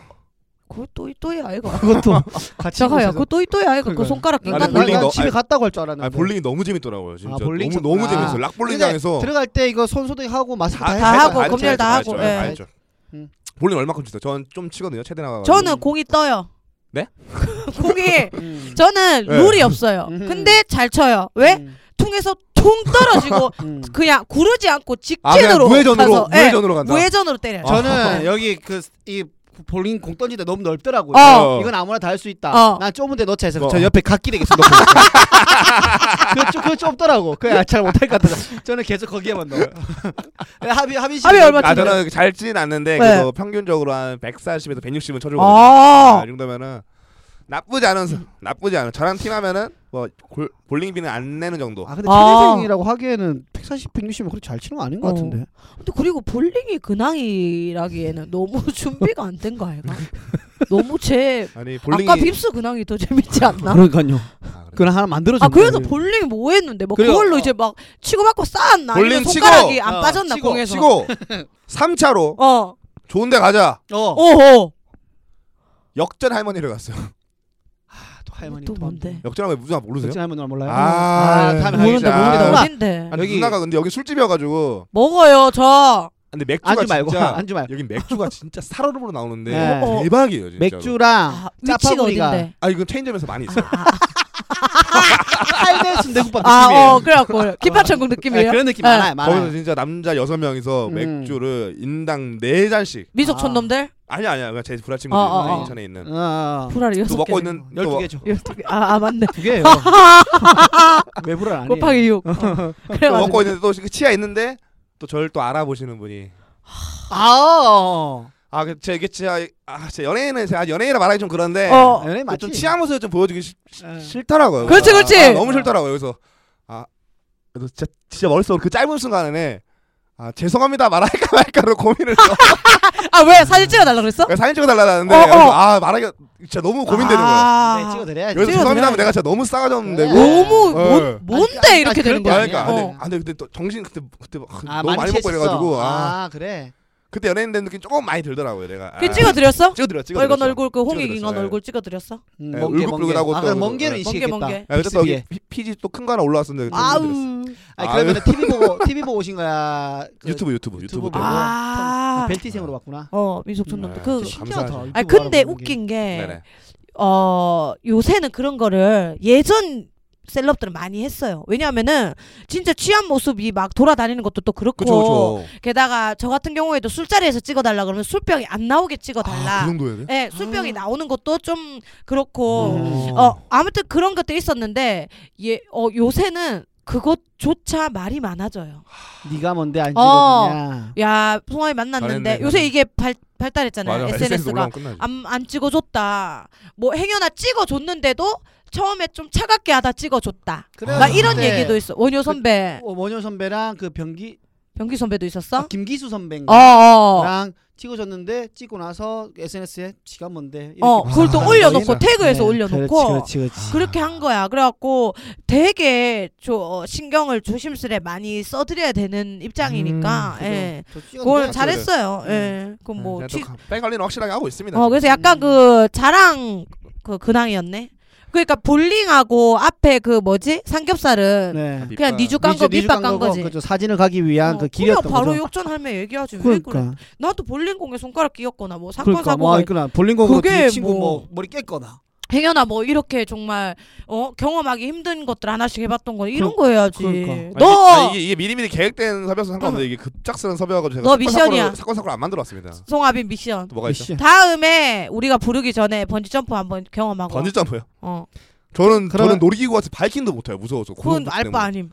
Speaker 1: 그거 또이 또이야 이거.
Speaker 2: 그것도 같이
Speaker 1: 저거야
Speaker 2: 먹어서.
Speaker 1: 그거 또이 또이야 이거. 그
Speaker 2: 그러니까요.
Speaker 1: 손가락
Speaker 3: 아,
Speaker 2: 난,
Speaker 1: 낑깐
Speaker 3: 볼링
Speaker 2: 난, 난
Speaker 3: 너-
Speaker 2: 집에
Speaker 3: 아니,
Speaker 2: 갔다고 할 줄 알았는데.
Speaker 3: 아, 볼링이 너무 재밌더라고요. 진짜
Speaker 2: 네. 아, 볼링
Speaker 3: 너무 너무
Speaker 2: 쳤구나.
Speaker 3: 재밌어요. 락 볼링장에서
Speaker 2: 들어갈 때 이거 손 소독하고 마스크 다,
Speaker 1: 다
Speaker 2: 해야
Speaker 1: 하고,
Speaker 2: 돼.
Speaker 1: 알죠, 검열 다 알죠, 하고, 알죠, 예.
Speaker 3: 알죠.
Speaker 2: 음.
Speaker 3: 볼링 얼마큼 치세요? 전좀 치거든요. 최대 나가.
Speaker 1: 저는 공이 떠요.
Speaker 3: 음. 네?
Speaker 1: 공이
Speaker 2: 음.
Speaker 1: 저는
Speaker 3: 네.
Speaker 1: 룰이 없어요.
Speaker 2: 음.
Speaker 1: 근데 잘 쳐요. 왜?
Speaker 2: 음.
Speaker 1: 퉁에서 퉁 떨어지고
Speaker 2: 음.
Speaker 1: 그냥 구르지 않고
Speaker 3: 아 그냥
Speaker 1: 직진으로
Speaker 3: 무회전으로
Speaker 1: 쳐서, 예,
Speaker 3: 무회전으로 간다.
Speaker 1: 무회전으로 때려요.
Speaker 3: 아.
Speaker 2: 저는 여기 그 이 볼링 공 던지는데 너무 넓더라고요.
Speaker 1: 어.
Speaker 2: 이건 아무나 다 할 수 있다.
Speaker 1: 어.
Speaker 2: 난 좁은데 넣자 해서
Speaker 3: 어.
Speaker 2: 저 옆에 각기 되겠어. 넣고 그거 좁- 그거 좁더라고. 그거 아, 잘 못할 것 같아서 저는 계속 거기에만 넣어요. 합이 합이 씨.
Speaker 1: 합이 얼마
Speaker 3: 아 저는 잘 치진
Speaker 1: 네.
Speaker 3: 않는데 그래도 평균적으로 한 140에서 160은 쳐주거든요.
Speaker 1: 아,
Speaker 2: 어.
Speaker 3: 아, 이 정도면은 나쁘지 않은 사- 나쁘지 않은 저랑 팀하면은 뭐 골- 볼링비는 안 내는 정도.
Speaker 2: 아 근데
Speaker 1: 아.
Speaker 2: 최대생이라고 하기에는 140, 160면 그렇게 잘 치는 거 아닌 것
Speaker 1: 어.
Speaker 2: 같은데.
Speaker 1: 근데 그리고 볼링이 근황이라기에는 너무 준비가 안 된 거 아이가? 너무 제
Speaker 3: 아니 볼링이
Speaker 1: 아까 빕스 근황이 더 재밌지 않나?
Speaker 2: 그러니까요.
Speaker 3: 아, 그래.
Speaker 2: 그냥 하나 만들어줘.
Speaker 1: 아 그래서 볼링 뭐 했는데 막
Speaker 2: 그래요.
Speaker 1: 그걸로
Speaker 2: 어.
Speaker 1: 이제 막 치고받고 쌓았나?
Speaker 3: 볼링
Speaker 1: 아니면 손가락이
Speaker 3: 치고,
Speaker 1: 안
Speaker 2: 어,
Speaker 1: 빠졌나
Speaker 2: 치고,
Speaker 1: 공에서?
Speaker 3: 치고 3차로
Speaker 1: 어,
Speaker 3: 좋은데 가자.
Speaker 2: 어.
Speaker 1: 어허.
Speaker 3: 역전 할머니를 갔어요.
Speaker 2: 아, 또 할머니
Speaker 1: 또 뭔데?
Speaker 3: 역전 할머니 무슨 모르세요?
Speaker 2: 역전 할머니 몰라요.
Speaker 3: 아,
Speaker 2: 다음에
Speaker 3: 모르는데
Speaker 2: 하겠습니다.
Speaker 3: 모르겠다.
Speaker 2: 누나,
Speaker 1: 어딘데?
Speaker 3: 아니
Speaker 2: 여기-
Speaker 3: 누나가 근데 여기 술집이어가지고
Speaker 1: 먹어요 저.
Speaker 3: 근데 맥주가
Speaker 2: 안주 말고
Speaker 3: 진짜
Speaker 2: 안주 말고
Speaker 3: 여기 맥주가 진짜 사로름으로 나오는데
Speaker 2: 네.
Speaker 1: 어, 어.
Speaker 3: 대박이에요 진짜.
Speaker 2: 맥주랑
Speaker 1: 아, 위치가
Speaker 2: 짜파구리가
Speaker 1: 어딘데?
Speaker 3: 아 이거 체인점에서 많이 있어요.
Speaker 2: 할매 순대국밥
Speaker 1: 아,
Speaker 2: 느낌이에요.
Speaker 1: 어, 그래갖고 김밥천국
Speaker 2: 네,
Speaker 1: 느낌이에요.
Speaker 2: 그런 느낌
Speaker 1: 네.
Speaker 2: 많아요.
Speaker 3: 거기서
Speaker 2: 많아요.
Speaker 3: 진짜 남자 여섯 명이서
Speaker 2: 음.
Speaker 3: 맥주를 인당 네 잔씩.
Speaker 1: 미소촌놈들
Speaker 3: 아니야 아니야 그냥 제 불화 친구들
Speaker 1: 어, 어, 어.
Speaker 3: 인천에 있는.
Speaker 2: 어,
Speaker 1: 불알이
Speaker 3: 또
Speaker 1: 여섯 개.
Speaker 3: 먹고 있는 또
Speaker 2: 12개죠.
Speaker 1: 여섯 개. 아, 아 맞네.
Speaker 2: 두 개예요. 외부를 안 해요.
Speaker 1: 곱하기 6
Speaker 3: 또
Speaker 1: 그래가지고
Speaker 3: 먹고 있는데 또 치아 있는데 또 저를 또 알아보시는 분이
Speaker 2: 아.
Speaker 3: 아, 그, 제, 이게 진짜, 아, 진짜 연예인은, 제가 연예인이라 말하기 좀 그런데,
Speaker 1: 어.
Speaker 2: 연예
Speaker 3: 그
Speaker 2: 맞지.
Speaker 3: 좀 치아 모습을 좀 보여주기 싫,
Speaker 2: 예.
Speaker 3: 싫더라고요.
Speaker 1: 그렇지, 그렇지.
Speaker 3: 아, 너무 싫더라고요. 그래서, 아, 그래서 진짜, 진짜 머릿속으로 그 짧은 순간에, 아, 죄송합니다. 말할까 말까로 고민을 해요.
Speaker 1: 아왜 사진 찍어달라 그랬어?
Speaker 3: 사진 찍어달라는데,
Speaker 1: 어, 어.
Speaker 3: 그래서 아, 말하기 진짜 너무 고민되는 거예요.
Speaker 1: 아.
Speaker 2: 네, 찍어드려야지.
Speaker 3: 그래서
Speaker 1: 찍어드려야
Speaker 3: 죄송합니다. 하면
Speaker 1: 돼.
Speaker 3: 내가 진짜 너무 싸가졌는데.
Speaker 2: 네.
Speaker 3: 뭐,
Speaker 1: 너무 뭔
Speaker 3: 예.
Speaker 1: 뭔데
Speaker 2: 아니, 아니,
Speaker 1: 이렇게
Speaker 2: 아니,
Speaker 1: 되는
Speaker 2: 그럴
Speaker 1: 거야?
Speaker 3: 그러니까 아,
Speaker 1: 어.
Speaker 3: 근데, 아, 근데 그때 또 정신 그때 그때 막
Speaker 2: 아,
Speaker 3: 너무 많이 먹고
Speaker 2: 취했었어.
Speaker 3: 이래가지고 아,
Speaker 2: 아, 그래.
Speaker 3: 그때 연예인 된 느낌 조금 많이 들더라고요 내가 아,
Speaker 1: 그 찍어드렸어?
Speaker 3: 찍어드려 찍어드려
Speaker 1: 빨간 얼굴 그 홍익 인간
Speaker 3: 찍어드렸어요. 네.
Speaker 1: 얼굴 찍어드렸어?
Speaker 2: 음,
Speaker 3: 예,
Speaker 2: 멍게,
Speaker 3: 울긋불긋하고
Speaker 2: 멍게. 아,
Speaker 3: 또
Speaker 2: 그럼
Speaker 3: 그거.
Speaker 2: 멍게를
Speaker 3: 예.
Speaker 2: 인식했겠다.
Speaker 1: 멍게, 멍게.
Speaker 3: 야, 그때 또
Speaker 2: 빅스비에.
Speaker 3: 여기 피- 피지 또 큰 거 하나 올라왔었는데 그때 못 들었어요.
Speaker 1: 네. 아우
Speaker 2: 아니, 그러면 TV 보고 TV 보고 오신 거야. 그
Speaker 3: 유튜브 유튜브 유튜브
Speaker 1: 뭐.
Speaker 2: 유튜브
Speaker 3: 때문에.
Speaker 2: 보고.
Speaker 1: 아.
Speaker 2: 벨티생으로 봤구나.
Speaker 1: 어 미속촌놈들
Speaker 3: 음,
Speaker 1: 그
Speaker 3: 그치.
Speaker 2: 신기하다.
Speaker 1: 아 근데 웃긴
Speaker 3: 네네.
Speaker 1: 게 어 요새는 그런 거를 예전 셀럽들은 많이 했어요. 왜냐하면은 진짜 취한 모습이 막 돌아다니는 것도 또 그렇고
Speaker 3: 그쵸
Speaker 1: 뭐
Speaker 3: 그쵸
Speaker 1: 게다가 저 같은 경우에도 술자리에서 찍어달라 그러면 술병이 안 나오게 찍어달라.
Speaker 3: 아그 정도야 돼?
Speaker 1: 예, 술병이 나오는 것도 좀 그렇고
Speaker 2: 음.
Speaker 1: 어 아무튼 그런 것도 있었는데 예, 어 요새는 그것조차 말이 많아져요.
Speaker 2: 네가 뭔데 안
Speaker 1: 어.
Speaker 2: 찍었냐?
Speaker 1: 야, 송아이 만났는데
Speaker 3: 잘했네,
Speaker 1: 요새
Speaker 3: 잘했네.
Speaker 1: 이게 발 발달했잖아요.
Speaker 3: 맞아 SNS
Speaker 1: SNS가
Speaker 3: 올라오면 끝나지
Speaker 1: 안, 안 찍어줬다. 뭐 행여나 찍어줬는데도 처음에 좀 차갑게 하다 찍어줬다.
Speaker 2: 그래.
Speaker 1: 막 이런
Speaker 2: 그때
Speaker 1: 얘기도 있어. 원효 선배,
Speaker 2: 어, 원효 선배랑 그 병기
Speaker 1: 변기 선배도
Speaker 2: 아,
Speaker 1: 있었어?
Speaker 2: 김기수 선배인가?
Speaker 1: 어, 어.
Speaker 2: 랑 찍어줬는데 찍고 나서 SNS에 지가 뭔데 이렇게
Speaker 1: 어, 그걸 또
Speaker 2: 아,
Speaker 1: 올려놓고
Speaker 2: 그러니까.
Speaker 1: 태그해서
Speaker 2: 네,
Speaker 1: 올려놓고
Speaker 2: 그렇지
Speaker 3: 아.
Speaker 2: 그렇지 그렇지
Speaker 1: 그렇게 한 거야. 그래갖고 되게 저 어, 신경을 조심스레 많이 써드려야 되는 입장이니까. 예. 그걸
Speaker 3: 돼.
Speaker 1: 잘했어요.
Speaker 2: 음.
Speaker 1: 예. 그럼
Speaker 3: 뭐
Speaker 1: 뭐 취-
Speaker 3: 관리는 확실하게 하고 있습니다
Speaker 1: 어 그래서 약간
Speaker 2: 음.
Speaker 1: 그 자랑 그 근황이었네. 그러니까 볼링하고 앞에 그 뭐지 삼겹살은
Speaker 2: 네.
Speaker 3: 밑밥.
Speaker 1: 그냥 니주 깐거
Speaker 2: 니즈- 니즈
Speaker 1: 밑밥 깐
Speaker 2: 거고
Speaker 1: 거지.
Speaker 2: 그죠. 사진을 가기 위한
Speaker 1: 어, 그래야
Speaker 2: 그 길이었던
Speaker 1: 바로
Speaker 2: 거죠.
Speaker 1: 욕전 할매 얘기하지 왜 그래?
Speaker 2: 그러니까
Speaker 1: 나도 볼링공에 손가락 끼었거나 뭐 사건
Speaker 2: 그러니까 뭐
Speaker 1: 사고가
Speaker 2: 있구나 볼링공으로
Speaker 1: 그게
Speaker 2: 뒤에 친구
Speaker 1: 뭐-
Speaker 2: 뭐 머리 깼거나
Speaker 1: 행여나 뭐 이렇게 정말 어 경험하기 힘든 것들 하나씩 해봤던 거 이런
Speaker 2: 그럼-
Speaker 1: 거 해야지.
Speaker 2: 그러니까.
Speaker 3: 아니,
Speaker 1: 너 어.
Speaker 3: 이게- 이게, 이게 미리미리 계획된 섭외서 상관없는데 이게 급작스러운 섭외하고 제가
Speaker 1: 너
Speaker 3: 사건,
Speaker 1: 미션이야.
Speaker 3: 사고를- 사건 사고를 안 만들어왔습니다
Speaker 1: 송하빈 미션.
Speaker 3: 또 뭐가 있죠?
Speaker 2: 미션.
Speaker 1: 다음에 우리가 부르기 전에 번지 점프 한번 경험하고.
Speaker 3: 번지점프요
Speaker 1: 어.
Speaker 3: 저는
Speaker 2: 그러면-
Speaker 3: 저는 놀이기구 같이 발킹도 못해요 무서워서
Speaker 1: 그건
Speaker 2: 뭐
Speaker 3: 고등부
Speaker 1: 알 바
Speaker 3: 때문에.
Speaker 1: 아님.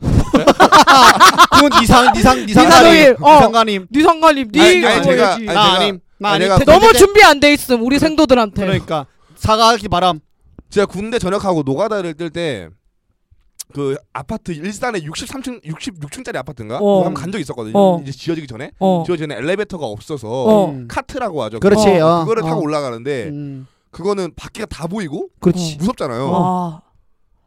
Speaker 2: 그건 이상 이상
Speaker 1: 이상형일,
Speaker 2: 이상가님
Speaker 1: 어.
Speaker 2: 이상가님
Speaker 1: 네 상관님 네.
Speaker 3: 아니, 아니,
Speaker 1: 그거
Speaker 3: 제가-
Speaker 1: 해야지.
Speaker 3: 아니,
Speaker 2: 나
Speaker 3: 제가-
Speaker 2: 아님 나
Speaker 3: 아니,
Speaker 2: 아님
Speaker 3: 내가-
Speaker 1: 너무 준비 안 돼 있음 우리 생도들한테.
Speaker 2: 그러니까 사과하기 바람
Speaker 3: 제가 군대 전역하고 노가다를 뜰 때 그 아파트 일산에 63층 66층짜리 아파트인가?
Speaker 1: 어.
Speaker 3: 한번 간 적이 있었거든요.
Speaker 1: 어.
Speaker 3: 이제 지어지기 전에.
Speaker 1: 어.
Speaker 3: 지어지기 전에 엘리베이터가 없어서
Speaker 1: 어.
Speaker 2: 음.
Speaker 3: 카트라고 하죠.
Speaker 2: 그렇지
Speaker 1: 어,
Speaker 2: 어.
Speaker 3: 그거를 타고
Speaker 2: 어.
Speaker 3: 올라가는데
Speaker 2: 음. 어.
Speaker 3: 그거는 바퀴가 다 보이고
Speaker 2: 그렇지
Speaker 3: 무섭잖아요.
Speaker 1: 와.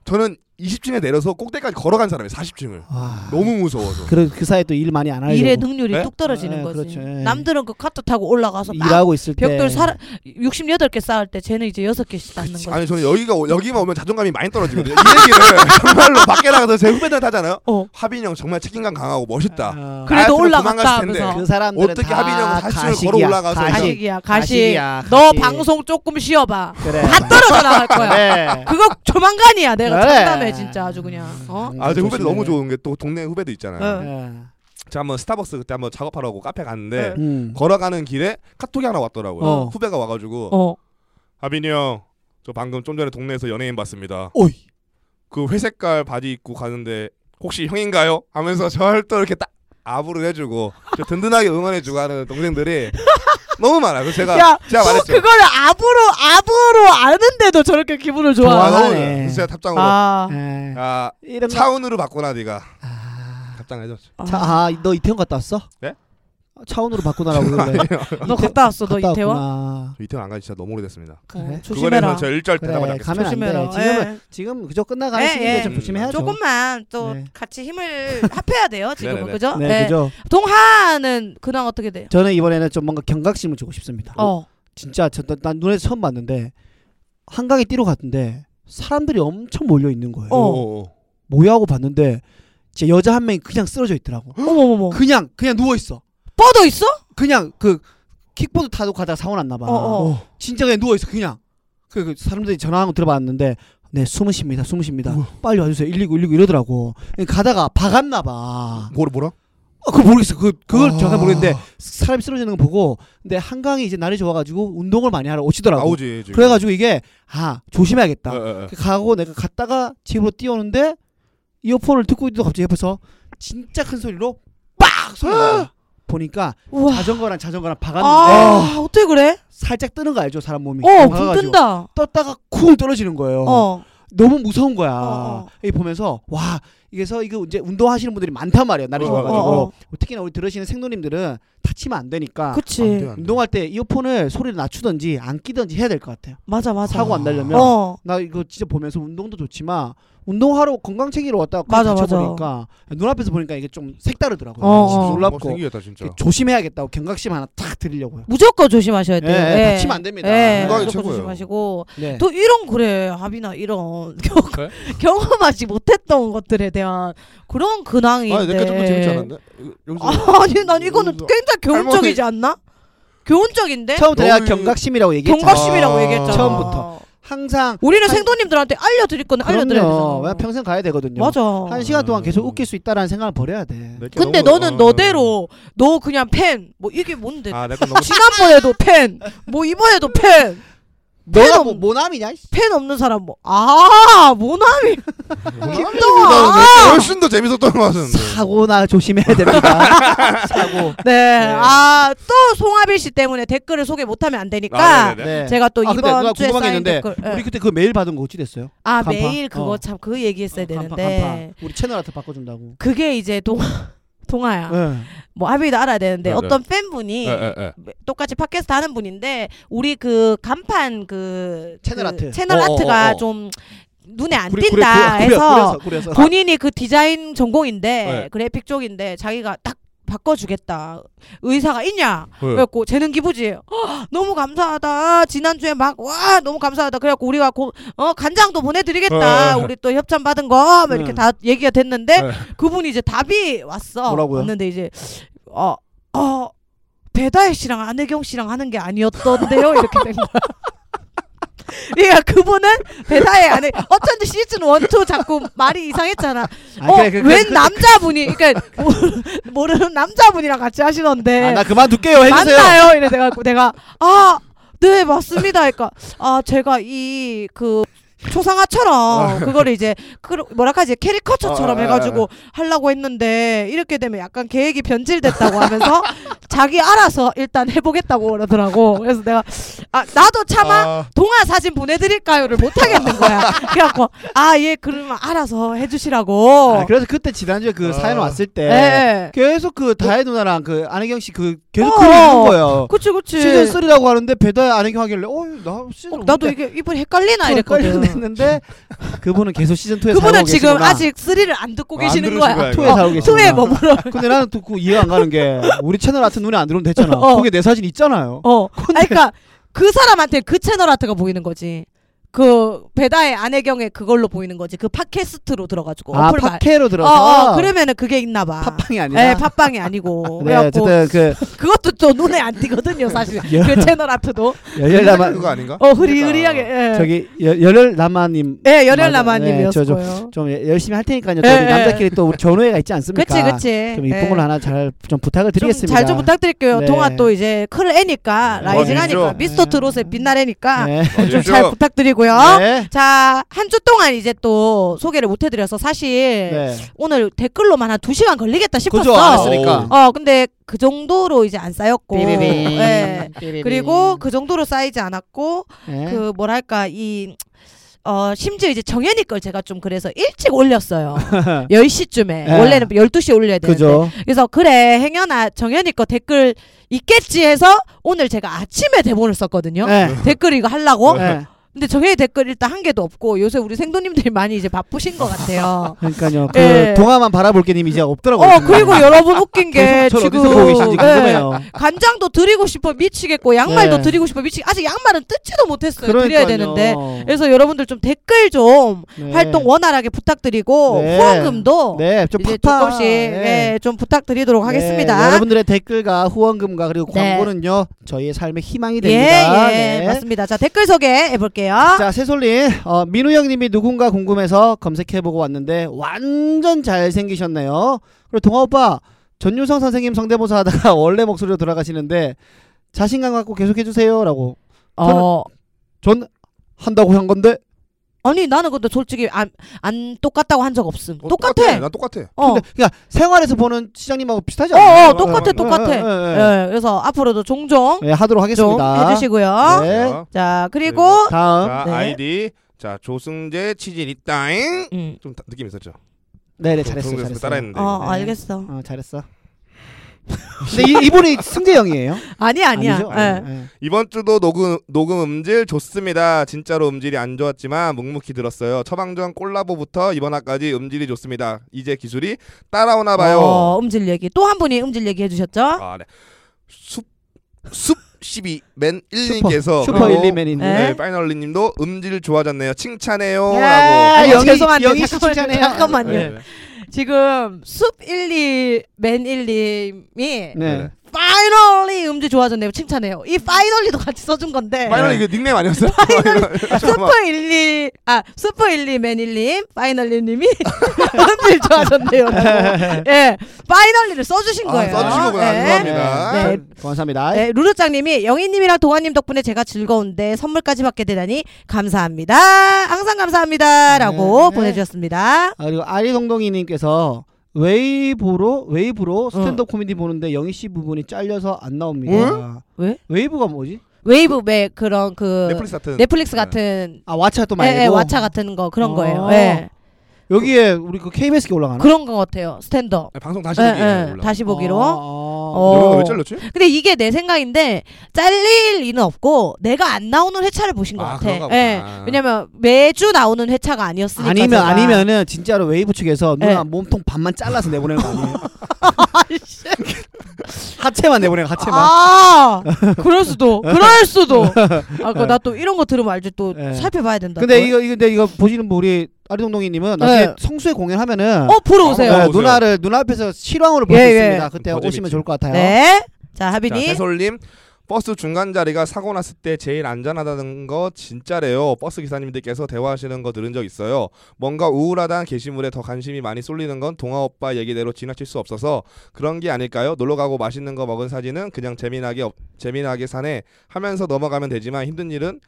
Speaker 3: 저는 20층에 내려서 꼭대까지 걸어간 사람이에요. 40층을.
Speaker 2: 와.
Speaker 3: 너무 무서워서.
Speaker 2: 아. 그래 그 사이에 또 일 많이 안 하려고
Speaker 1: 일의 능률이
Speaker 3: 네?
Speaker 1: 뚝 떨어지는
Speaker 2: 네,
Speaker 1: 거지.
Speaker 2: 그렇죠. 예.
Speaker 1: 남들은 그 카트 타고 올라가서 막
Speaker 2: 일하고 있을 때
Speaker 1: 벽돌 살아 68개 쌓을 때 쟤는 이제 6개씩 쌓는 거지.
Speaker 3: 아니 저는 여기가 오- 여기만 오면 자존감이 많이 떨어지거든요. 이 얘기를 정말로 밖에 나가서 제 후배들한테 하잖아요.
Speaker 1: 어.
Speaker 3: 하빈이 형 정말 책임감 강하고 멋있다.
Speaker 2: 아.
Speaker 1: 그래도
Speaker 3: 나였으면
Speaker 1: 올라갔다
Speaker 3: 도망갔을 텐데.
Speaker 1: 하면서.
Speaker 2: 그 사람들은
Speaker 3: 어떻게
Speaker 2: 다
Speaker 3: 하빈이하고 사실을
Speaker 2: 가식이야.
Speaker 3: 걸어 올라가서
Speaker 2: 가식.
Speaker 1: 가식이야. 가식.
Speaker 2: 가식이야, 가식. 아, 네.
Speaker 1: 너 방송 조금 쉬어 봐.
Speaker 2: 그래.
Speaker 1: 다 떨어져 나갈 거야.
Speaker 3: 네.
Speaker 2: 그래.
Speaker 1: 그거 조만간이야. 내가
Speaker 2: 그래.
Speaker 1: 참담해 진짜 아주 그냥. 어?
Speaker 2: 음,
Speaker 3: 아, 제 후배들
Speaker 2: 조심해.
Speaker 3: 너무 좋은 게 또 동네 후배들 있잖아요.
Speaker 1: 응.
Speaker 3: 제가 한번 스타벅스 그때 한번 작업하라고 카페 갔는데
Speaker 1: 네.
Speaker 2: 음.
Speaker 3: 걸어가는 길에 카톡이 하나 왔더라고요.
Speaker 1: 어.
Speaker 3: 후배가 와가지고
Speaker 1: 어.
Speaker 3: 하빈이 형, 저 방금 좀 전에 동네에서 연예인 봤습니다.
Speaker 2: 오이.
Speaker 3: 그 회색깔 바지 입고 가는데 혹시 형인가요? 하면서 저를 또 이렇게 딱 아부를 해주고 저 든든하게 응원해주고 하는 동생들이 너무 많아요. 그래서 제가
Speaker 1: 야,
Speaker 3: 그러니까 제가
Speaker 1: 또
Speaker 3: 말했죠.
Speaker 1: 그걸 압으로 압으로 아는데도 저렇게 기분을
Speaker 3: 아,
Speaker 1: 좋아.
Speaker 3: 너무
Speaker 2: 좋아하네.
Speaker 3: 그래서 제가 답장으로
Speaker 1: 아.
Speaker 2: 에.
Speaker 3: 야
Speaker 2: 네. 이런 거.
Speaker 3: 차은우로 바꾸나 네가
Speaker 2: 아.
Speaker 3: 답장해줬죠.
Speaker 2: 차. 아, 너 이태원 갔다 왔어? 아,
Speaker 3: 네?
Speaker 2: 차원으로 바꾸나라고 어, 그러는데.
Speaker 1: 너 갔다 왔어. 너
Speaker 2: 갔다
Speaker 1: 이태원?
Speaker 2: 왔구나.
Speaker 3: 이태원 안 가지 진짜 너무 오래됐습니다.
Speaker 2: 그래.
Speaker 1: 어,
Speaker 3: 그거에서
Speaker 1: 조심해라.
Speaker 3: 뭐 저 일절
Speaker 2: 그래.
Speaker 3: 대답을 안
Speaker 2: 가면 안 돼.
Speaker 1: 조심해라.
Speaker 2: 지금은
Speaker 1: 예.
Speaker 2: 지금 그저 끝나가는
Speaker 1: 예,
Speaker 2: 시기인데
Speaker 1: 예.
Speaker 2: 좀 음, 조심해야죠.
Speaker 1: 조금만 또
Speaker 2: 네.
Speaker 1: 같이 힘을 합해야 돼요 지금은
Speaker 3: 네네네.
Speaker 1: 그죠?
Speaker 2: 네,
Speaker 1: 네.
Speaker 2: 그죠.
Speaker 1: 동하는 근황 어떻게 돼요?
Speaker 2: 저는 이번에는 좀 뭔가 경각심을 주고 싶습니다.
Speaker 1: 어.
Speaker 2: 진짜 저, 난- 난 눈에서 처음 봤는데 한강에 뛰러 갔는데 사람들이 엄청 몰려 있는 거예요.
Speaker 1: 어.
Speaker 3: 오, 오.
Speaker 2: 뭐야 하고 봤는데 제 여자 한 명이 그냥 쓰러져 있더라고.
Speaker 1: 어머머머.
Speaker 2: 그냥 그냥 누워 있어.
Speaker 1: 뻗어 있어?
Speaker 2: 그냥 그 킥보드 타고 가다가 사고 났나 봐.
Speaker 1: 어, 어.
Speaker 2: 진짜 그냥 누워 있어 그냥. 그, 그 사람들이 전화한 거 들어봤는데 네 숨으십니다 숨으십니다
Speaker 3: 어.
Speaker 2: 빨리 와주세요 119 119 이러더라고 가다가 박았나 봐
Speaker 3: 뭐라 뭐라?
Speaker 2: 어, 그거 모르겠어 그, 그걸
Speaker 3: 아.
Speaker 2: 정확히 모르겠는데 사람이 쓰러지는 거 보고 근데 한강이 이제 날이 좋아가지고 운동을 많이 하러 오시더라고
Speaker 3: 나오지 지금.
Speaker 2: 그래가지고 이게 아 조심해야겠다 그
Speaker 3: 어, 어, 어.
Speaker 2: 가고 내가 갔다가 집으로 뛰어오는데 이어폰을 듣고 있는데 갑자기 옆에서 진짜 큰 소리로 빡
Speaker 3: 아!
Speaker 2: 소리가 보니까
Speaker 1: 우와.
Speaker 2: 자전거랑 자전거랑
Speaker 1: 아,
Speaker 2: 박았는데
Speaker 1: 어떻게 그래?
Speaker 2: 살짝 뜨는 거 알죠 사람 몸이
Speaker 1: 어, 붕
Speaker 2: 박아가지고.
Speaker 1: 뜬다.
Speaker 2: 떴다가 쿵 떨어지는 거예요
Speaker 1: 어.
Speaker 2: 너무 무서운 거야
Speaker 1: 어, 어.
Speaker 2: 이 보면서 와 이게서 이거 이제 운동하시는 분들이 많단 말이에요 날이
Speaker 3: 어,
Speaker 2: 좋아가지고 뭐
Speaker 1: 어, 어.
Speaker 2: 특히나 우리 들으시는 생도님들은 다치면 아, 안 되니까
Speaker 3: 안 돼,
Speaker 1: 그치.
Speaker 3: 안 돼.
Speaker 2: 운동할 때 이어폰을 소리를 낮추던지 안 끼던지 해야 될 것 같아요
Speaker 1: 맞아, 맞아.
Speaker 2: 사고 안 날려면
Speaker 1: 어.
Speaker 2: 나 이거 진짜 보면서 운동도 좋지만 운동하러 건강 챙기러 왔다가
Speaker 1: 맞아, 맞아.
Speaker 2: 다쳐보니까 눈앞에서 보니까 이게 좀 색다르더라고요.
Speaker 1: 어, 그
Speaker 2: 진짜
Speaker 1: 어.
Speaker 3: 뭐
Speaker 2: 놀랍고
Speaker 3: 생기겠다 진짜.
Speaker 2: 이렇게 조심해야겠다고 경각심 하나 탁 드리려고요.
Speaker 1: 무조건 조심하셔야 돼요.
Speaker 2: 예,
Speaker 1: 예.
Speaker 2: 다치면 안 됩니다.
Speaker 1: 예,
Speaker 3: 건강이
Speaker 1: 무조건
Speaker 3: 최고예요.
Speaker 1: 조심하시고
Speaker 2: 네.
Speaker 1: 또 이런 그래 하빈아 이런
Speaker 3: 그래?
Speaker 1: 경험하지 못했던 것들에 대한 그런 근황인데
Speaker 3: 아 내가 조금 재밌지 않았나? 이거- 여기서
Speaker 1: 아니 난 이거는
Speaker 3: 여기서-
Speaker 1: 굉장히 교훈적이지 않나? 교훈적인데
Speaker 2: 처음부터 내가
Speaker 3: 너무-
Speaker 2: 경각심이라고 얘기했잖아.
Speaker 3: 경각-
Speaker 1: 네? 경과심이라고
Speaker 3: 아,
Speaker 1: 얘기했잖아
Speaker 2: 처음부터. 항상
Speaker 1: 우리는
Speaker 2: 한-
Speaker 1: 생도님들한테 알려드릴 건 알려드려야
Speaker 2: 그럼요.
Speaker 1: 되잖아
Speaker 2: 왜 평생 가야 되거든요.
Speaker 1: 맞아
Speaker 2: 한 시간 동안 계속
Speaker 3: 음.
Speaker 2: 웃길 수 있다라는 생각을 버려야 돼.
Speaker 3: 내게
Speaker 1: 근데
Speaker 3: 너무-
Speaker 1: 너는
Speaker 3: 어,
Speaker 1: 너대로 너 그냥 팬 뭐 이게 뭔데
Speaker 3: 아 내가 너무
Speaker 1: 지난번에도 팬 뭐 이번에도 팬
Speaker 2: 너가
Speaker 1: 팬은-
Speaker 2: 뭐 모남이냐? 이씨.
Speaker 1: 팬 없는 사람 뭐. 뭐아 모나미 김동아
Speaker 3: 아! 훨씬 더 재밌었던 것 같은데.
Speaker 2: 사고나 조심해야 됩니다. 사고.
Speaker 1: 네 아 또 송하빈 씨 때문에 댓글을 소개 못하면 안 되니까
Speaker 3: 아, 네네.
Speaker 2: 네.
Speaker 1: 제가 또
Speaker 2: 아, 근데 누가
Speaker 1: 이번 주에
Speaker 2: 궁금한 게
Speaker 1: 쌓인
Speaker 2: 있는데
Speaker 1: 댓글 예.
Speaker 2: 우리 그때 그 메일 받은 거 어찌 됐어요?
Speaker 1: 아
Speaker 2: 간판?
Speaker 1: 매일 그거
Speaker 2: 어.
Speaker 1: 참 그 얘기했어야
Speaker 2: 간판,
Speaker 1: 되는데
Speaker 2: 간판. 우리 채널한테 바꿔준다고.
Speaker 1: 그게 이제 동아 동아야
Speaker 2: 네.
Speaker 1: 뭐 하빈이도 알아야 되는데
Speaker 3: 네,
Speaker 1: 어떤 팬분이
Speaker 3: 에, 에, 에.
Speaker 1: 똑같이 팟캐스트 하는 분인데 우리 그 간판 그
Speaker 2: 채널
Speaker 1: 그
Speaker 2: 아트.
Speaker 1: 채널
Speaker 3: 어,
Speaker 1: 아트가
Speaker 3: 어, 어.
Speaker 1: 좀 눈에 안
Speaker 2: 구리-
Speaker 1: 띈다
Speaker 2: 구리- 구려-
Speaker 1: 해서
Speaker 2: 구려서, 구려서.
Speaker 1: 본인이 그 디자인 전공인데
Speaker 3: 네.
Speaker 1: 그래픽 쪽인데 자기가 딱 바꿔주겠다 의사가 있냐
Speaker 3: 왜?
Speaker 1: 그래갖고 재능 기부지 "헉, 너무 감사하다 지난주에 막 와 너무 감사하다 그래갖고 우리가 고, 어 간장도 보내드리겠다
Speaker 3: 어, 어, 어.
Speaker 1: 우리 또 협찬 받은 거막 이렇게
Speaker 2: 응.
Speaker 1: 다 얘기가 됐는데
Speaker 3: 네.
Speaker 1: 그분이 이제 답이 왔어
Speaker 2: 뭐라고요?
Speaker 1: 왔는데 이제 어 어, 배다혜 씨랑 안혜경 씨랑 하는 게 아니었던데요 이렇게 된 거야. 그러니까 그분은 배다혜 안에 어쩐지 시즌 1, 2 자꾸 말이 이상했잖아.
Speaker 2: 아,
Speaker 1: 어,
Speaker 2: 그래, 그래,
Speaker 1: 웬
Speaker 2: 그래.
Speaker 1: 남자분이 그러니까 모르- 모르는 남자분이랑 같이 하시던데.
Speaker 2: 아, 나 그만둘게요. 해주세요.
Speaker 1: 네. 맞나요? 이래 내가 내가 아, 네, 맞습니다. 그러니까 아, 제가 이 그
Speaker 2: 아.
Speaker 1: 초상화처럼 그거를 이제 그 뭐라까지 캐리커처처럼
Speaker 3: 아, 아, 아,
Speaker 1: 해가지고 하려고 했는데 이렇게 되면 약간 계획이 변질됐다고 하면서 자기 알아서 일단 해보겠다고 그러더라고. 그래서 내가 아 나도 차마
Speaker 3: 아,
Speaker 1: 동화 사진 보내드릴까요를 못 하겠는 거야. 그래갖고 아 예 그러면 알아서 해주시라고.
Speaker 2: 아, 그래서 그때 지난주에 그
Speaker 3: 아.
Speaker 2: 사연 왔을 때
Speaker 1: 예, 예.
Speaker 2: 계속 그 다혜 누나랑 그 안혜경 씨 그 계속
Speaker 1: 어.
Speaker 2: 그리는 거예요.
Speaker 1: 그치 그치.
Speaker 2: 시즌 3라고 하는데 배다혜 안혜경 하길래 네. 어나 시즌
Speaker 1: 어, 나도 이게 이분 헷갈리나 이랬거든.
Speaker 2: 했는데 그분은 계속 시즌 2에
Speaker 1: 그분은 지금 아직 3를 안 듣고
Speaker 2: 어,
Speaker 3: 안
Speaker 1: 계시는
Speaker 3: 들으신
Speaker 1: 거야. 아,
Speaker 3: 거야,
Speaker 2: 투에 사고 계시구나.
Speaker 1: 투에 머물어.
Speaker 2: 근데 나는 또 그 이해가 안 가는 게 우리 채널 아트 눈에 안 들어오면 됐잖아.
Speaker 1: 어.
Speaker 2: 거기에 내 사진 있잖아요.
Speaker 1: 어. 아니, 그러니까 그 사람한테 그 채널 아트가 보이는 거지. 그 배다의 안혜경의 그걸로 보이는 거지. 그 팟캐스트로 들어가지고
Speaker 2: 아
Speaker 1: 어플 말.
Speaker 2: 팟캐로
Speaker 1: 어,
Speaker 2: 들어서
Speaker 1: 어, 그러면은 그게 있나 봐.
Speaker 2: 팟빵이 아니라.
Speaker 1: 예, 팟빵이 아니고.
Speaker 2: 네,
Speaker 1: 그래갖고
Speaker 2: 어쨌든 그
Speaker 1: 그것도 또 눈에 안 띄거든요, 사실. 그 채널 아트도.
Speaker 2: 열렬 남아
Speaker 3: 그거 아닌가?
Speaker 1: 어, 흐리흐리하게. 예.
Speaker 2: 그러니까 저기 여- 열렬 남아님
Speaker 1: 예,
Speaker 2: 맞아. 네,
Speaker 1: 연혈남아님이었어요.
Speaker 2: 저 좀 예- 열심히 할 테니까요.
Speaker 1: 예,
Speaker 2: 저희
Speaker 1: 예.
Speaker 2: 남자끼리 또 우리 전우회가 있지 않습니까?
Speaker 1: 그치, 그치.
Speaker 2: 좀 이쁜
Speaker 1: 예.
Speaker 2: 걸 하나 잘 좀 부탁을 드리겠습니다.
Speaker 1: 좀잘좀 부탁드릴게요.
Speaker 2: 네.
Speaker 1: 동아 또 이제 클 애니까
Speaker 2: 네.
Speaker 1: 라이징
Speaker 3: 어,
Speaker 1: 하니까
Speaker 3: 밀죠.
Speaker 1: 미스터 트롯의 빛날 애니까
Speaker 2: 네.
Speaker 1: 좀 어, 잘 부탁드리고요.
Speaker 2: 네.
Speaker 1: 자, 한 주 동안 이제 또 소개를 못 해드려서 사실
Speaker 2: 네.
Speaker 1: 오늘 댓글로만 한 두 시간 걸리겠다 싶었어.
Speaker 2: 그죠. 안 했으니까.
Speaker 1: 어, 근데 그 정도로 이제 안 쌓였고. 예. 그리고 그 정도로 쌓이지 않았고,
Speaker 2: 네.
Speaker 1: 그 뭐랄까, 이, 어, 심지어 이제 정현이 걸 제가 좀 그래서 일찍 올렸어요. 10시쯤에.
Speaker 2: 예.
Speaker 1: 원래는 12시에 올려야 되는데.
Speaker 2: 그죠.
Speaker 1: 그래서 그래 행여나 정현이 거 댓글 있겠지 해서 오늘 제가 아침에 대본을 썼거든요.
Speaker 2: 네.
Speaker 1: 댓글 이거 하려고
Speaker 2: 네.
Speaker 1: 근데 저의 댓글 일단 한 개도 없고 요새 우리 생도님들이 많이 이제 바쁘신 것 같아요.
Speaker 2: 그러니까요. 그
Speaker 1: 예.
Speaker 2: 동화만 바라볼게 님 이제 없더라고요.
Speaker 1: 어
Speaker 2: 지금.
Speaker 1: 그리고 여러분 웃긴 게
Speaker 2: 저를
Speaker 1: 지금
Speaker 2: 어디서 보고 아. 계신지
Speaker 1: 예,
Speaker 2: 궁금해요.
Speaker 1: 간장도 드리고 싶어 미치겠고 양말도
Speaker 2: 네.
Speaker 1: 드리고 싶어 미치 아직 양말은 뜯지도 못했어요 드려야
Speaker 2: 그러니까요.
Speaker 1: 되는데 그래서 여러분들 좀 댓글 좀
Speaker 2: 네.
Speaker 1: 활동 원활하게 부탁드리고
Speaker 2: 네.
Speaker 1: 후원금도
Speaker 2: 네, 좀
Speaker 1: 이제
Speaker 2: 팍팍.
Speaker 1: 조금씩
Speaker 2: 네.
Speaker 1: 예, 좀 부탁드리도록 하겠습니다.
Speaker 2: 네, 여러분들의 댓글과 후원금과 그리고
Speaker 1: 네.
Speaker 2: 광고는요 저희의 삶의 희망이
Speaker 1: 예,
Speaker 2: 됩니다.
Speaker 1: 예,
Speaker 2: 네.
Speaker 1: 맞습니다. 자, 댓글 소개해 볼게요.
Speaker 2: 자 새솔님 어, 민우 형님이 누군가 궁금해서 검색해보고 왔는데 완전 잘생기셨네요. 그리고 동아 오빠 전유성 선생님 성대모사 하다가 원래 목소리로 돌아가시는데 자신감 갖고 계속해주세요라고
Speaker 1: 어,
Speaker 2: 전 한다고 한 건데
Speaker 1: 아니 나는 근데 솔직히 안, 안 똑같다고 한 적 없음.
Speaker 3: 어,
Speaker 1: 똑같아.
Speaker 3: 난 똑같아.
Speaker 1: 어.
Speaker 2: 근데 그러니까 생활에서 보는 시장님하고 비슷하지
Speaker 1: 어,
Speaker 2: 않아요?
Speaker 1: 어, 똑같아, 똑같아.
Speaker 2: 예, 예, 예.
Speaker 1: 예, 그래서 앞으로도 종종
Speaker 2: 예, 하도록
Speaker 1: 좀
Speaker 2: 하겠습니다.
Speaker 1: 해주시고요.
Speaker 2: 네.
Speaker 3: 자,
Speaker 1: 자, 그리고
Speaker 3: 그리고-
Speaker 2: 다음
Speaker 3: 자
Speaker 1: 어? 네.
Speaker 3: 아이디 자 조승재 치질 있다잉.
Speaker 1: 음.
Speaker 3: 좀 다- 느낌 있었죠.
Speaker 2: 네네
Speaker 3: 조-
Speaker 2: 잘했어
Speaker 3: 조승재 선수
Speaker 2: 잘했어.
Speaker 3: 따라했는데.
Speaker 1: 어,
Speaker 2: 네.
Speaker 1: 알겠어.
Speaker 2: 어 잘했어. 근데 이, 이분이 승재 형이에요?
Speaker 1: 아니 아니야.
Speaker 2: 아니죠?
Speaker 1: 예.
Speaker 2: 예, 예.
Speaker 3: 이번 주도 녹음 녹음 음질 좋습니다. 진짜로 음질이 안 좋았지만 묵묵히 들었어요. 처방전 콜라보부터 이번 화까지 음질이 좋습니다. 이제 기술이 따라오나 봐요.
Speaker 1: 어, 음질 얘기. 또 한 분이 음질 얘기 해 주셨죠?
Speaker 3: 아, 네. 숲숲 12맨
Speaker 2: 슈퍼
Speaker 3: 1님께서
Speaker 2: 슈퍼 일리맨인데.
Speaker 1: 네.
Speaker 3: 네, 파이널리님도 음질 좋아졌네요. 칭찬해요라고.
Speaker 1: 야,
Speaker 2: 영희-
Speaker 1: 죄송한데
Speaker 2: 영희
Speaker 1: 잠깐만요.
Speaker 2: 칭찬해요.
Speaker 1: 잠깐만요.
Speaker 3: 네, 네.
Speaker 1: 지금 숲 12, 맨 1님이
Speaker 2: 네.
Speaker 3: 네.
Speaker 1: 파이널리 음질 좋아졌네요. 칭찬해요. 이 파이널리도 같이 써준 건데.
Speaker 3: 파이널리 그 닉네임 아니었어요?
Speaker 1: 슈퍼 12, 아, 슈퍼 12, 맨 1님, 파이널리 님이 음질 좋아졌네요. 라고. 예, 파이널리를 써주신
Speaker 3: 아,
Speaker 1: 거예요.
Speaker 3: 써주신 거구나.
Speaker 1: 예.
Speaker 3: 죄송합니다. 감사합니다.
Speaker 2: 네. 감사합니다.
Speaker 1: 네, 루루짱님이 영희님이랑 동아님 덕분에 제가 즐거운데 선물까지 받게 되다니 감사합니다. 항상 감사합니다라고
Speaker 2: 네.
Speaker 1: 보내주셨습니다.
Speaker 2: 아, 그리고 아리동동이님께서
Speaker 1: 어.
Speaker 2: 웨이브로 웨이브로 스탠드업 코미디 보는데 영희 씨 부분이 잘려서 안 나옵니다.
Speaker 1: 왜? 왜?
Speaker 2: 웨이브가 뭐지?
Speaker 1: 웨이브 매 그런 그
Speaker 3: 넷플릭스 네. 같은.
Speaker 1: 넷플릭스 같은
Speaker 2: 아 와차 또 말고
Speaker 1: 예, 예, 왓챠 같은 거 그런
Speaker 2: 어.
Speaker 1: 거예요. 예,
Speaker 2: 여기에 우리 그 KBS 게 올라가나?
Speaker 1: 그런 거 같아요. 스탠더.
Speaker 3: 네, 방송 다시
Speaker 1: 예,
Speaker 3: 보기.
Speaker 1: 예,
Speaker 3: 몰라.
Speaker 1: 다시 보기로.
Speaker 2: 아,
Speaker 1: 어.
Speaker 2: 아.
Speaker 3: 여기가 왜 잘렸지?
Speaker 1: 근데 이게 내 생각인데 잘릴 리는 없고 내가 안 나오는 회차를 보신 것
Speaker 3: 아,
Speaker 1: 같아. 예.
Speaker 3: 그런가 보다.
Speaker 1: 왜냐면 매주 나오는 회차가 아니었으니까.
Speaker 2: 아니면
Speaker 1: 제가.
Speaker 2: 아니면은 진짜로 웨이브 측에서 누나
Speaker 1: 예.
Speaker 2: 몸통 반만 잘라서 내보내는 거 아니에요? 하체만 내보내는 거, 하체만.
Speaker 1: 아, 그럴 수도, 그럴 수도. 아, 그나또 이런 거 들으면 알지 또
Speaker 2: 네.
Speaker 1: 살펴봐야 된다.
Speaker 2: 예. 근데
Speaker 1: 또.
Speaker 2: 이거 이거 근데 이거 보시는 분 우리 아리동동이님은 나중에
Speaker 1: 네.
Speaker 2: 성수에 공연하면은
Speaker 1: 어 보러 오세요.
Speaker 3: 어,
Speaker 2: 네,
Speaker 3: 오세요.
Speaker 2: 누나를 누나 앞에서 실황으로 볼 수
Speaker 1: 예, 예.
Speaker 2: 있습니다. 그때
Speaker 3: 거짓
Speaker 2: 오시면
Speaker 3: 있지.
Speaker 2: 좋을 것 같아요.
Speaker 1: 네, 자
Speaker 3: 자,
Speaker 1: 하빈이.
Speaker 3: 배솔님 버스 중간 자리가 사고 났을 때 제일 안전하다는 거 진짜래요. 버스 기사님들께서 대화하시는 거 들은 적 있어요. 뭔가 우울하다는 게시물에 더 관심이 많이 쏠리는 건 동아 오빠 얘기대로 지나칠 수 없어서 그런 게 아닐까요? 놀러 가고 맛있는 거 먹은 사진은 그냥 재미나게 업- 재미나게 사네 하면서 넘어가면 되지만 힘든 일은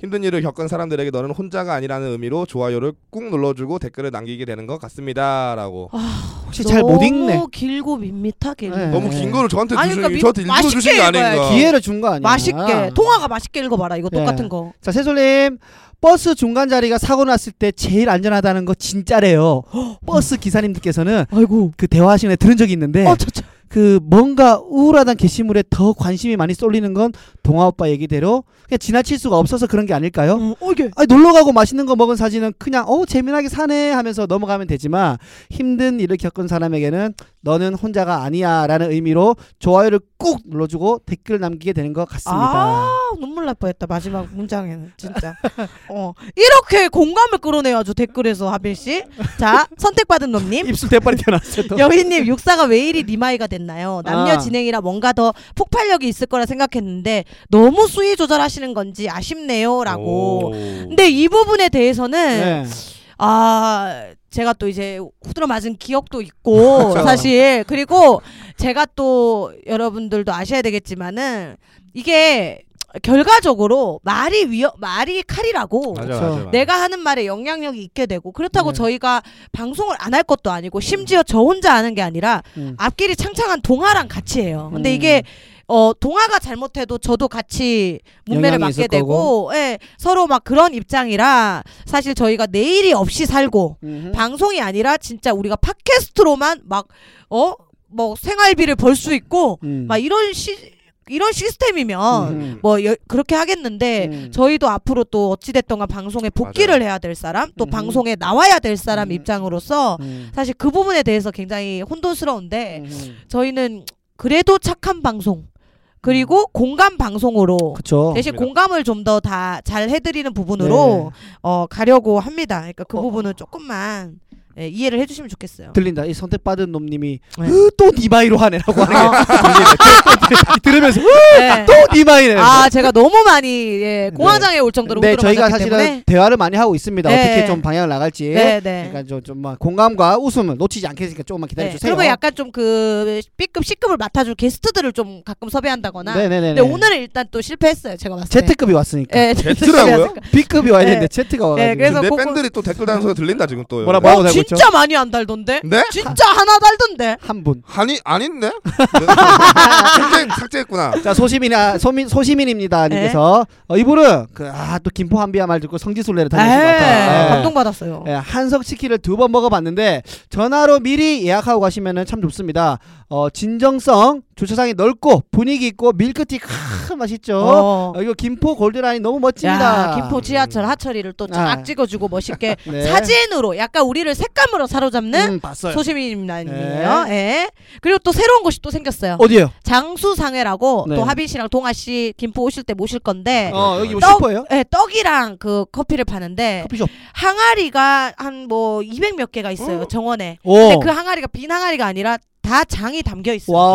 Speaker 3: 힘든 일을 겪은 사람들에게 너는 혼자가 아니라는 의미로 좋아요를 꾹 눌러주고 댓글을 남기게 되는 것 같습니다라고.
Speaker 1: 아,
Speaker 2: 혹시 잘 못 읽네.
Speaker 1: 너무 길고 밋밋하게. 읽네.
Speaker 2: 네.
Speaker 3: 너무 긴 거를 저한테
Speaker 1: 아니,
Speaker 3: 주시,
Speaker 1: 그러니까 미-
Speaker 3: 저한테 일부러
Speaker 1: 맛있게
Speaker 3: 주신 게 아닌가?
Speaker 1: 읽어야지.
Speaker 2: 기회를 준 거 아니야?
Speaker 1: 맛있게 통화가 맛있게 읽어봐라 이거
Speaker 2: 네.
Speaker 1: 똑같은 거.
Speaker 2: 자 세솔님 버스 중간 자리가 사고 났을 때 제일 안전하다는 거 진짜래요. 버스 기사님들께서는
Speaker 1: 아이고.
Speaker 2: 그 대화하시는 애 들은 적이 있는데
Speaker 1: 어, 저, 저.
Speaker 2: 그 뭔가 우울하단 게시물에 더 관심이 많이 쏠리는 건 동아 오빠 얘기대로 그냥 지나칠 수가 없어서 그런 게 아닐까요?
Speaker 1: 음, 어, 이게.
Speaker 2: 아니 놀러 가고 맛있는 거 먹은 사진은 그냥 어 재미나게 사네 하면서 넘어가면 되지만 힘든 일을 겪은 사람에게는 너는 혼자가 아니야라는 의미로 좋아요를 꾹 눌러주고 댓글 남기게 되는 것 같습니다.
Speaker 1: 아 눈물 날 뻔했다 마지막 문장에는 진짜. 어 이렇게 공감을 끌어내요 아주 댓글에서 하빈 씨. 자 선택받은 놈님.
Speaker 2: 입술 대빨이 튀어나왔어요. 또.
Speaker 1: 여희님 육사가 왜 이리 니마이가 됐나요? 남녀
Speaker 2: 아.
Speaker 1: 진행이라 뭔가 더 폭발력이 있을 거라 생각했는데 너무 수위 조절하시는 건지 아쉽네요라고. 근데 이 부분에 대해서는
Speaker 2: 네.
Speaker 1: 아 제가 또 이제 후드러 맞은 기억도 있고
Speaker 2: 그렇죠.
Speaker 1: 사실 그리고 제가 또 여러분들도 아셔야 되겠지만은 이게 결과적으로 말이 위어 말이 칼이라고
Speaker 3: 맞아,
Speaker 2: 그쵸.
Speaker 3: 맞아, 맞아.
Speaker 1: 어. 내가 하는 말에 영향력이 있게 되고 그렇다고
Speaker 2: 네.
Speaker 1: 저희가 방송을 안 할 것도 아니고 심지어 저 혼자 하는 게 아니라
Speaker 2: 음.
Speaker 1: 앞길이 창창한 동아랑 같이 해요. 근데
Speaker 2: 음.
Speaker 1: 이게 어 동아가 잘못해도 저도 같이 문매를
Speaker 2: 영향이
Speaker 1: 맡게
Speaker 2: 있을
Speaker 1: 되고 예, 서로 막 그런 입장이라 사실 저희가 내일이 없이 살고
Speaker 2: 음흠.
Speaker 1: 방송이 아니라 진짜 우리가 팟캐스트로만 막 어 뭐 생활비를 벌 수 있고
Speaker 2: 음.
Speaker 1: 막 이런 시 이런 시스템이면
Speaker 2: 음.
Speaker 1: 뭐 여- 그렇게 하겠는데
Speaker 2: 음.
Speaker 1: 저희도 앞으로 또 어찌됐던가 방송에 복귀를 해야 될 사람 또
Speaker 2: 음.
Speaker 1: 방송에 나와야 될 사람
Speaker 2: 음.
Speaker 1: 입장으로서
Speaker 2: 음.
Speaker 1: 사실 그 부분에 대해서 굉장히 혼돈스러운데
Speaker 2: 음.
Speaker 1: 저희는 그래도 착한 방송 그리고 공감 방송으로
Speaker 2: 음. 그쵸.
Speaker 1: 대신
Speaker 3: 맞습니다.
Speaker 1: 공감을 좀 더 다 잘 해드리는 부분으로 어, 가려고 합니다. 그러니까 그
Speaker 2: 네. 어.
Speaker 1: 부분은 조금만 예, 이해를 해주시면 좋겠어요.
Speaker 2: 들린다. 이 선택받은 놈님이
Speaker 1: 네. 어.
Speaker 2: 으, 또 니마이로 하네라고 하는 게 들으면서 으,
Speaker 1: 네.
Speaker 2: 또 니마이네.
Speaker 1: 아 제가 너무 많이 예, 공화장에 올 정도로
Speaker 2: 네,
Speaker 1: 흔들어
Speaker 2: 저희가
Speaker 1: 맞았기
Speaker 2: 사실은
Speaker 1: 때문에.
Speaker 2: 대화를 많이 하고 있습니다.
Speaker 1: 네.
Speaker 2: 어떻게 좀 방향을 나갈지.
Speaker 1: 네, 네.
Speaker 2: 그러니까 좀, 좀막 공감과 웃음을 놓치지 않겠으니까 조금만 기다려
Speaker 1: 네.
Speaker 2: 주세요.
Speaker 1: 그러면 약간 좀 그 B급, C급을 맡아줄 게스트들을 좀 가끔 섭외한다거나.
Speaker 2: 네네네.
Speaker 1: 근데 오늘은 일단 또 실패했어요. 제가 봤을 때.
Speaker 2: Z급이 왔으니까.
Speaker 1: 예,
Speaker 3: 제트라고요?
Speaker 2: B급이 와야
Speaker 1: 네.
Speaker 2: 되는데 Z가 와가지고.
Speaker 1: 네, 그래서
Speaker 3: 내
Speaker 1: 그거-
Speaker 3: 팬들이 또 댓글 다는 소리 들린다 지금 또.
Speaker 2: 뭐라
Speaker 3: 여기.
Speaker 2: 뭐라고
Speaker 1: 어,
Speaker 2: 달고 있죠?
Speaker 1: 진짜 많이 안 달던데.
Speaker 3: 네?
Speaker 1: 진짜 하나 달던데.
Speaker 2: 한 분.
Speaker 3: 아니 아닌데? 삭제, 삭제했구나.
Speaker 2: 자 소시민아 소민 소시민입니다
Speaker 1: 네.
Speaker 2: 님께서 어, 이분은 그아또 김포 한비야 말 듣고 성지순례를 다니신 것 같아요.
Speaker 1: 에이,
Speaker 2: 예.
Speaker 1: 네. 감동받았어요.
Speaker 2: 예, 한석 치킨을 두 번 먹어봤는데 전화로 미리 예약하고 가시면은 참 좋습니다. 어 진정성 주차장이 넓고 분위기 있고 밀크티 크 맛있죠. 어.
Speaker 1: 어.
Speaker 2: 이거 김포 골드라인 너무 멋집니다.
Speaker 1: 야, 김포 지하철 하철이를 또 쫙
Speaker 2: 아.
Speaker 1: 찍어주고 멋있게
Speaker 2: 네.
Speaker 1: 사진으로 약간 우리를 색감으로 사로잡는
Speaker 2: 음, 봤어요.
Speaker 1: 소시민님이에요. 예. 그리고 또 새로운 곳이 또 생겼어요.
Speaker 2: 어디요?
Speaker 1: 장수상회라고
Speaker 2: 네.
Speaker 1: 또 하빈 씨랑 동아 씨 김포 오실 때 모실 건데
Speaker 2: 어 여기 뭐
Speaker 1: 네. 떡- 네,
Speaker 2: 슈퍼예요?
Speaker 1: 예, 떡이랑 그 커피를 파는데
Speaker 2: 커피숍.
Speaker 1: 항아리가 한 뭐 200 몇 개가 있어요 정원에.
Speaker 2: 오.
Speaker 1: 근데 그 항아리가 빈 항아리가 아니라 다 장이 담겨 있어요.
Speaker 2: 와.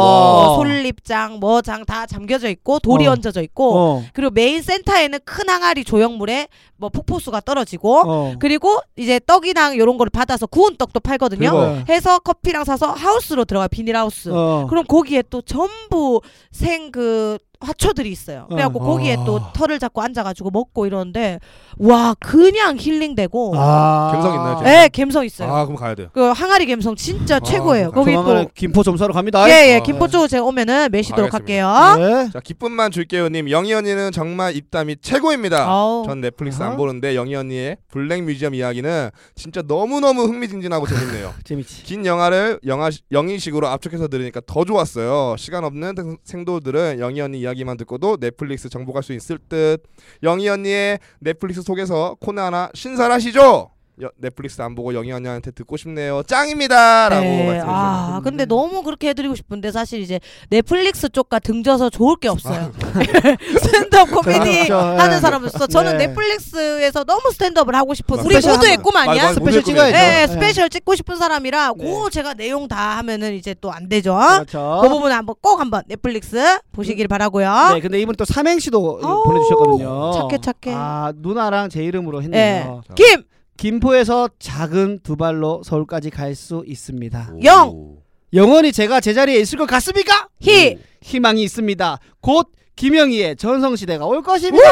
Speaker 1: 뭐 솔잎장, 뭐 장 다 잠겨져 있고 돌이
Speaker 2: 어.
Speaker 1: 얹어져 있고
Speaker 2: 어.
Speaker 1: 그리고 메인 센터에는 큰 항아리 조형물에 뭐 폭포수가 떨어지고
Speaker 2: 어.
Speaker 1: 그리고 이제 떡이랑 요런 거를 받아서 구운 떡도 팔거든요.
Speaker 2: 그리고-
Speaker 1: 해서 커피랑 사서 하우스로 들어가 비닐하우스.
Speaker 2: 어.
Speaker 1: 그럼 거기에 또 전부 생 그 화초들이 있어요. 그래갖고
Speaker 2: 어.
Speaker 1: 거기에 또 털을 잡고 앉아가지고 먹고 이러는데 와 그냥 힐링되고
Speaker 2: 아.
Speaker 3: 감성 있나요, 지금?
Speaker 1: 예 감성 있어요.
Speaker 3: 아 그럼 가야 돼요.
Speaker 1: 그 항아리 감성 진짜
Speaker 3: 아,
Speaker 1: 최고예요. 거기
Speaker 2: 조만간
Speaker 1: 또
Speaker 2: 김포 점사로 갑니다.
Speaker 1: 예예 어?
Speaker 3: 아,
Speaker 1: 김포 쪽으로 제가 오면은 매시도록
Speaker 3: 알겠습니다.
Speaker 1: 할게요.
Speaker 2: 네.
Speaker 3: 자 기쁨만 줄게요님 영희 언니는 정말 입담이 최고입니다.
Speaker 1: 아우.
Speaker 3: 그러니까 전 넷플릭스
Speaker 2: 아하.
Speaker 3: 안 보는데 영희 언니의 블랙 뮤지엄 이야기는 진짜 너무 너무 흥미진진하고 재밌네요.
Speaker 2: 재밌지.
Speaker 3: 긴 영화를 영화 영희식으로 압축해서 들으니까 더 좋았어요. 시간 없는 생- 생도들은 영희 언니 이야기만 듣고도 넷플릭스 정복할 수 있을 듯. 영희 언니의 넷플릭스 속에서 코너 하나 신설하시죠. 여- 넷플릭스 안 보고 영희 언니한테 듣고 싶네요. 짱입니다라고
Speaker 1: 네,
Speaker 3: 말씀해 주셨어요.
Speaker 1: 아, 근데 너무 그렇게 해드리고 싶은데 사실 이제 넷플릭스 쪽과 등져서 좋을 게 없어요.
Speaker 3: 아, 네.
Speaker 1: 스탠드업 코미디
Speaker 2: 그렇죠.
Speaker 1: 하는
Speaker 2: 예.
Speaker 1: 사람으로서 저는
Speaker 2: 네.
Speaker 1: 넷플릭스에서 너무 스탠드업을 하고 싶은 뭐 우리
Speaker 2: 스페셜
Speaker 1: 모두의
Speaker 2: 하는-
Speaker 1: 꿈 아니야?
Speaker 2: 맞아, 스페셜 찍어야죠.
Speaker 1: 네,
Speaker 2: 예.
Speaker 1: 스페셜 찍고 싶은 사람이라
Speaker 2: 네.
Speaker 1: 고 제가 내용 다 하면은 이제 또 안 되죠.
Speaker 2: 그렇죠.
Speaker 1: 그 부분 한번 꼭 한번 넷플릭스 보시길 바라고요.
Speaker 2: 네, 근데 이분 또 삼행시도
Speaker 1: 아우,
Speaker 2: 보내주셨거든요.
Speaker 1: 아? 어, 착해, 착해.
Speaker 2: 아 누나랑 제 이름으로
Speaker 1: 네.
Speaker 2: 했네요.
Speaker 1: 김
Speaker 2: 김포에서 작은 두 발로 서울까지 갈 수 있습니다.
Speaker 1: 영!
Speaker 2: 영원히 제가 제자리에 있을 것 같습니까? 네,
Speaker 1: 희
Speaker 3: 네.
Speaker 2: 희망이 있습니다. 곧 김영희의 전성시대가 올
Speaker 3: 아!
Speaker 2: 것입니다.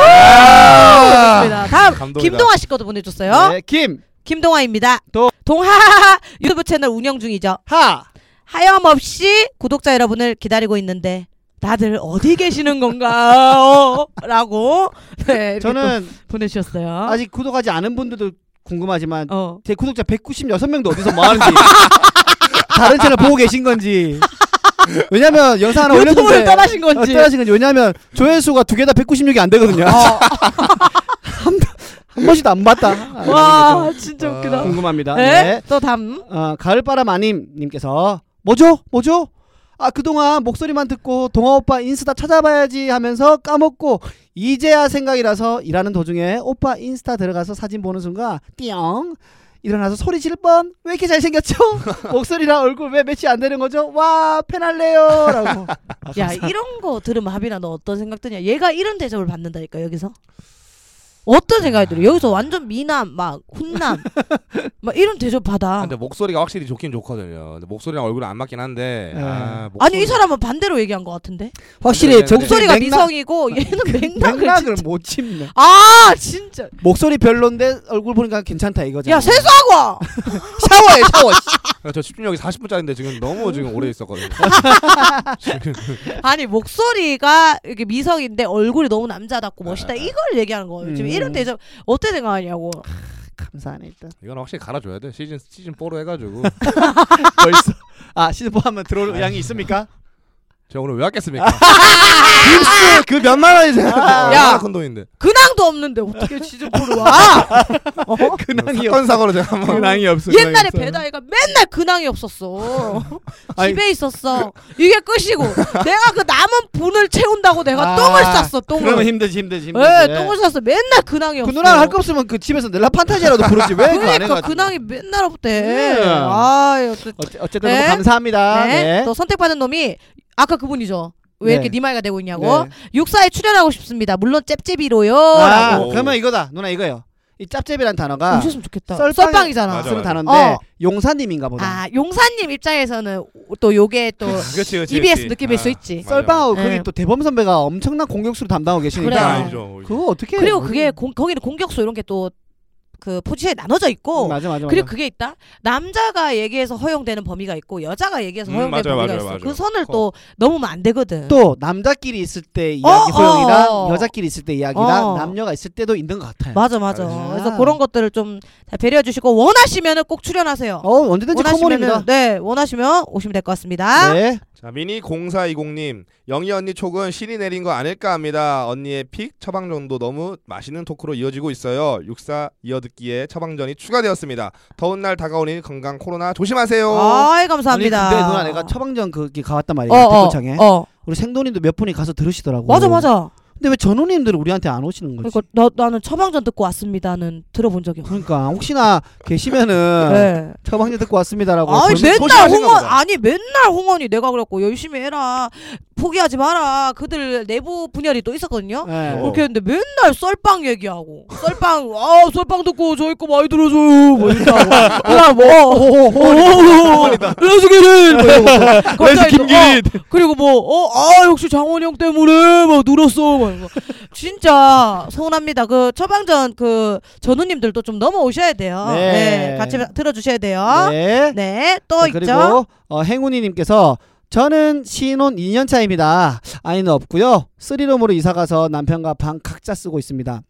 Speaker 1: 다음
Speaker 3: 감동이다.
Speaker 1: 김동아 씨 것도 보내줬어요.
Speaker 2: 네, 김하
Speaker 1: 김동아입니다.
Speaker 2: 동-
Speaker 1: 동하 유튜브 채널 운영 중이죠. 하염없이 구독자 여러분을 기다리고 있는데 다들 어디 계시는 건가요? 어? 라고 네, 이렇게
Speaker 2: 저는
Speaker 1: 또 보내주셨어요.
Speaker 2: 아직 구독하지 않은 분들도 궁금하지만
Speaker 1: 어.
Speaker 2: 제 구독자 196명도 어디서 뭐하는지 다른 채널 보고 계신 건지 왜냐면 영상 하나
Speaker 1: 유튜브를
Speaker 2: 올렸는데
Speaker 1: 떠나신
Speaker 2: 어,
Speaker 1: 건지.
Speaker 2: 떠나신 건지 왜냐면 조회수가 두 개 다 196이 안 되거든요
Speaker 1: 아.
Speaker 2: 한 번씩도 안 봤다 아,
Speaker 1: 와 진짜 웃기다.
Speaker 2: 궁금합니다
Speaker 1: 네?
Speaker 2: 네.
Speaker 1: 또 다음.
Speaker 2: 어, 가을바람 아님 님께서 뭐죠 뭐죠 아 그동안 목소리만 듣고 동아 오빠 인스타 찾아봐야지 하면서 까먹고 이제야 생각이라서 일하는 도중에 오빠 인스타 들어가서 사진 보는 순간 띠용 일어나서 소리 지를 뻔왜 이렇게 잘생겼죠 목소리랑 얼굴 왜 매치 안 되는 거죠 와 패날래요라고
Speaker 1: 야 이런 거 들으면 하빈아 너 어떤 생각 드냐? 얘가 이런 대접을 받는다니까 여기서. 어떤 생각이 들어? 여기서 완전 미남 막 훈남 막 이런 대접
Speaker 3: 아,
Speaker 1: 받아.
Speaker 3: 근데 목소리가 확실히 좋긴 좋거든요. 근데 목소리랑 얼굴은 안 맞긴 한데.
Speaker 2: 네.
Speaker 3: 아, 목소리...
Speaker 1: 아니 이 사람은 반대로 얘기한 것 같은데
Speaker 2: 확실히
Speaker 3: 저
Speaker 1: 목소리가
Speaker 2: 맥락-
Speaker 1: 미성이고 얘는 맥락을,
Speaker 2: 맥락을
Speaker 1: 진짜-
Speaker 2: 못 짚네
Speaker 1: 아 진짜
Speaker 2: 목소리 별론데 얼굴 보니까 괜찮다 이거잖아
Speaker 1: 야 세수하고 와.
Speaker 2: 샤워해 샤워
Speaker 3: 아, 저 집중력이 40분짜리인데 지금 너무 지금 오래 있었거든요. 지금
Speaker 1: 아니 목소리가 이렇게 미성인데 얼굴이 너무 남자답고 멋있다 이걸 얘기하는 거예요. 지금
Speaker 2: 아, 음.
Speaker 1: 이런 대접 어떻게 생각하냐고.
Speaker 2: 감사하네 일단
Speaker 3: 이건 확실히 갈아줘야 돼. 시즌 시즌 4로 해가지고
Speaker 2: 벌써 아 시즌 4 하면 들어올 의향이 있습니까?
Speaker 3: 제가 오늘 왜 왔겠습니까?
Speaker 1: 아!
Speaker 3: 아, 깁스 그 몇만 원이세요? 얼마나 큰 돈인데.
Speaker 1: 근황도 없는데 어떻게 지저분으로
Speaker 2: 아,
Speaker 1: 와? 아,
Speaker 2: 근황이 없어.
Speaker 3: 뭐 사건 사고로 제가 한번
Speaker 2: 근황이 없어.
Speaker 1: 어? 옛날에 배다이가 맨날 근황이 없었어.
Speaker 2: 아니.
Speaker 1: 집에 있었어. 이게 끝이고 내가 그 남은 분을 채운다고 내가
Speaker 2: 아,
Speaker 1: 똥을 쌌어.
Speaker 2: 그러면
Speaker 1: 똥을.
Speaker 2: 힘들지 힘들지 힘들지.
Speaker 1: 예, 똥을 쌌어. 맨날 근황이
Speaker 2: 그
Speaker 1: 없어.
Speaker 2: 누나랑 할거 없으면 그 집에서 넬라 판타지라도 부르지 왜 그거 안
Speaker 1: 그러니까
Speaker 2: 해가지고.
Speaker 1: 근황이 맨날 없대.
Speaker 2: 네.
Speaker 1: 아, 어쨌든
Speaker 2: 어째- 어쨌든
Speaker 1: 네.
Speaker 2: 감사합니다.
Speaker 1: 네.
Speaker 2: 네.
Speaker 1: 또 선택받은 놈이 아까 그분이죠. 왜
Speaker 2: 네.
Speaker 1: 이렇게 니마이가 되고 있냐고.
Speaker 2: 네.
Speaker 1: 육사에 출연하고 싶습니다. 물론 잽잽이로요.
Speaker 2: 아,
Speaker 1: 라고.
Speaker 3: 라고.
Speaker 2: 그러면 이거다 누나 이거예요. 이 짭잽이란 단어가
Speaker 1: 오셨으면 좋겠다.
Speaker 2: 썰빵이-
Speaker 1: 썰빵이잖아.
Speaker 3: 맞아.
Speaker 2: 쓰는 단어인데
Speaker 1: 어.
Speaker 2: 용사님인가 보다.
Speaker 1: 아 용사님 입장에서는 또 요게 또
Speaker 3: 그렇지, 그렇지,
Speaker 1: EBS
Speaker 3: 그렇지.
Speaker 1: 느낌일
Speaker 3: 아,
Speaker 1: 수 있지.
Speaker 3: 맞아.
Speaker 2: 썰빵하고
Speaker 1: 네.
Speaker 2: 거기 또 대범 선배가 엄청난 공격수로 담당하고
Speaker 3: 네,
Speaker 1: 그래.
Speaker 2: 계시니까
Speaker 1: 아,
Speaker 3: 아니죠.
Speaker 2: 그거 어떻게
Speaker 1: 그리고 그게 공, 거기는 공격수 이런 게 또 그 포지션이 나눠져 있고
Speaker 2: 음, 맞아 맞아 맞아.
Speaker 1: 그리고 그게 있다. 남자가 얘기해서 허용되는 범위가 있고 여자가 얘기해서
Speaker 3: 음,
Speaker 1: 허용되는
Speaker 3: 맞아요,
Speaker 1: 범위가
Speaker 3: 맞아요,
Speaker 1: 있어.
Speaker 3: 맞아요.
Speaker 1: 그 선을
Speaker 3: 커.
Speaker 1: 또 넘으면 안 되거든.
Speaker 2: 또 남자끼리 있을 때 이야기
Speaker 1: 어,
Speaker 2: 허용이랑
Speaker 1: 어.
Speaker 2: 여자끼리 있을 때 이야기랑
Speaker 1: 어.
Speaker 2: 남녀가 있을 때도 있는 것 같아요.
Speaker 1: 맞아 맞아.
Speaker 2: 아.
Speaker 1: 그래서 그런 것들을 좀 배려해 주시고 원하시면은 꼭 출연하세요.
Speaker 2: 어 언제든지
Speaker 1: 원하시면
Speaker 2: 커먼입니다.
Speaker 1: 네 원하시면 오시면 될 것 같습니다.
Speaker 2: 네.
Speaker 3: 자 미니 0420님 영희 언니 촉은 신이 내린 거 아닐까 합니다. 언니의 픽 처방전도 너무 맛있는 토크로 이어지고 있어요. 육사 이어듣기에 처방전이 추가되었습니다. 더운 날 다가오니 건강 코로나 조심하세요.
Speaker 1: 아이 감사합니다.
Speaker 2: 아니, 근데 누나 내가 처방전 거기 가왔단 말이야.
Speaker 1: 어,
Speaker 2: 댓글창에
Speaker 1: 어, 어.
Speaker 2: 우리 생돈님도 몇 분이 가서 들으시더라고.
Speaker 1: 맞아 맞아.
Speaker 2: 근데 왜 전우님들은 우리한테 안 오시는 거지?
Speaker 1: 그러니까 나, 나는 처방전 듣고 왔습니다는 들어본 적이 없어.
Speaker 2: 그러니까 혹시나 계시면은
Speaker 1: 네.
Speaker 2: 처방전 듣고 아, 왔습니다라고
Speaker 1: 아니
Speaker 2: 그러면
Speaker 1: 맨날
Speaker 2: 소심하신가
Speaker 1: 홍원
Speaker 2: 보다.
Speaker 1: 아니 맨날 홍원이 내가 그랬고 열심히 해라 포기하지 마라 그들 내부 분열이 또 있었거든요.
Speaker 2: 예.
Speaker 3: 어.
Speaker 1: 그렇게 했는데 맨날 썰빵 얘기하고 썰빵 아 썰빵 듣고 저희 거 많이 들어줘요 뭐 이렇게 하고 그냥 뭐 레스기린 뭐 이러고 또 갑자기 또, 어, 그리고 뭐어아 역시 장원 형 때문에 뭐 늘었어 막 이러고. 진짜 서운합니다 그 처방전 그 전우님들도 좀 넘어오셔야 돼요
Speaker 2: 네.
Speaker 1: 네, 같이 들어주셔야 돼요
Speaker 2: 네.
Speaker 1: 네 또
Speaker 2: 자,
Speaker 1: 있죠
Speaker 2: 그리고 어, 행운이님께서 저는 신혼 2년 차입니다. 아이는 없고요. 쓰리룸으로 이사가서 남편과 방 각자 쓰고 있습니다.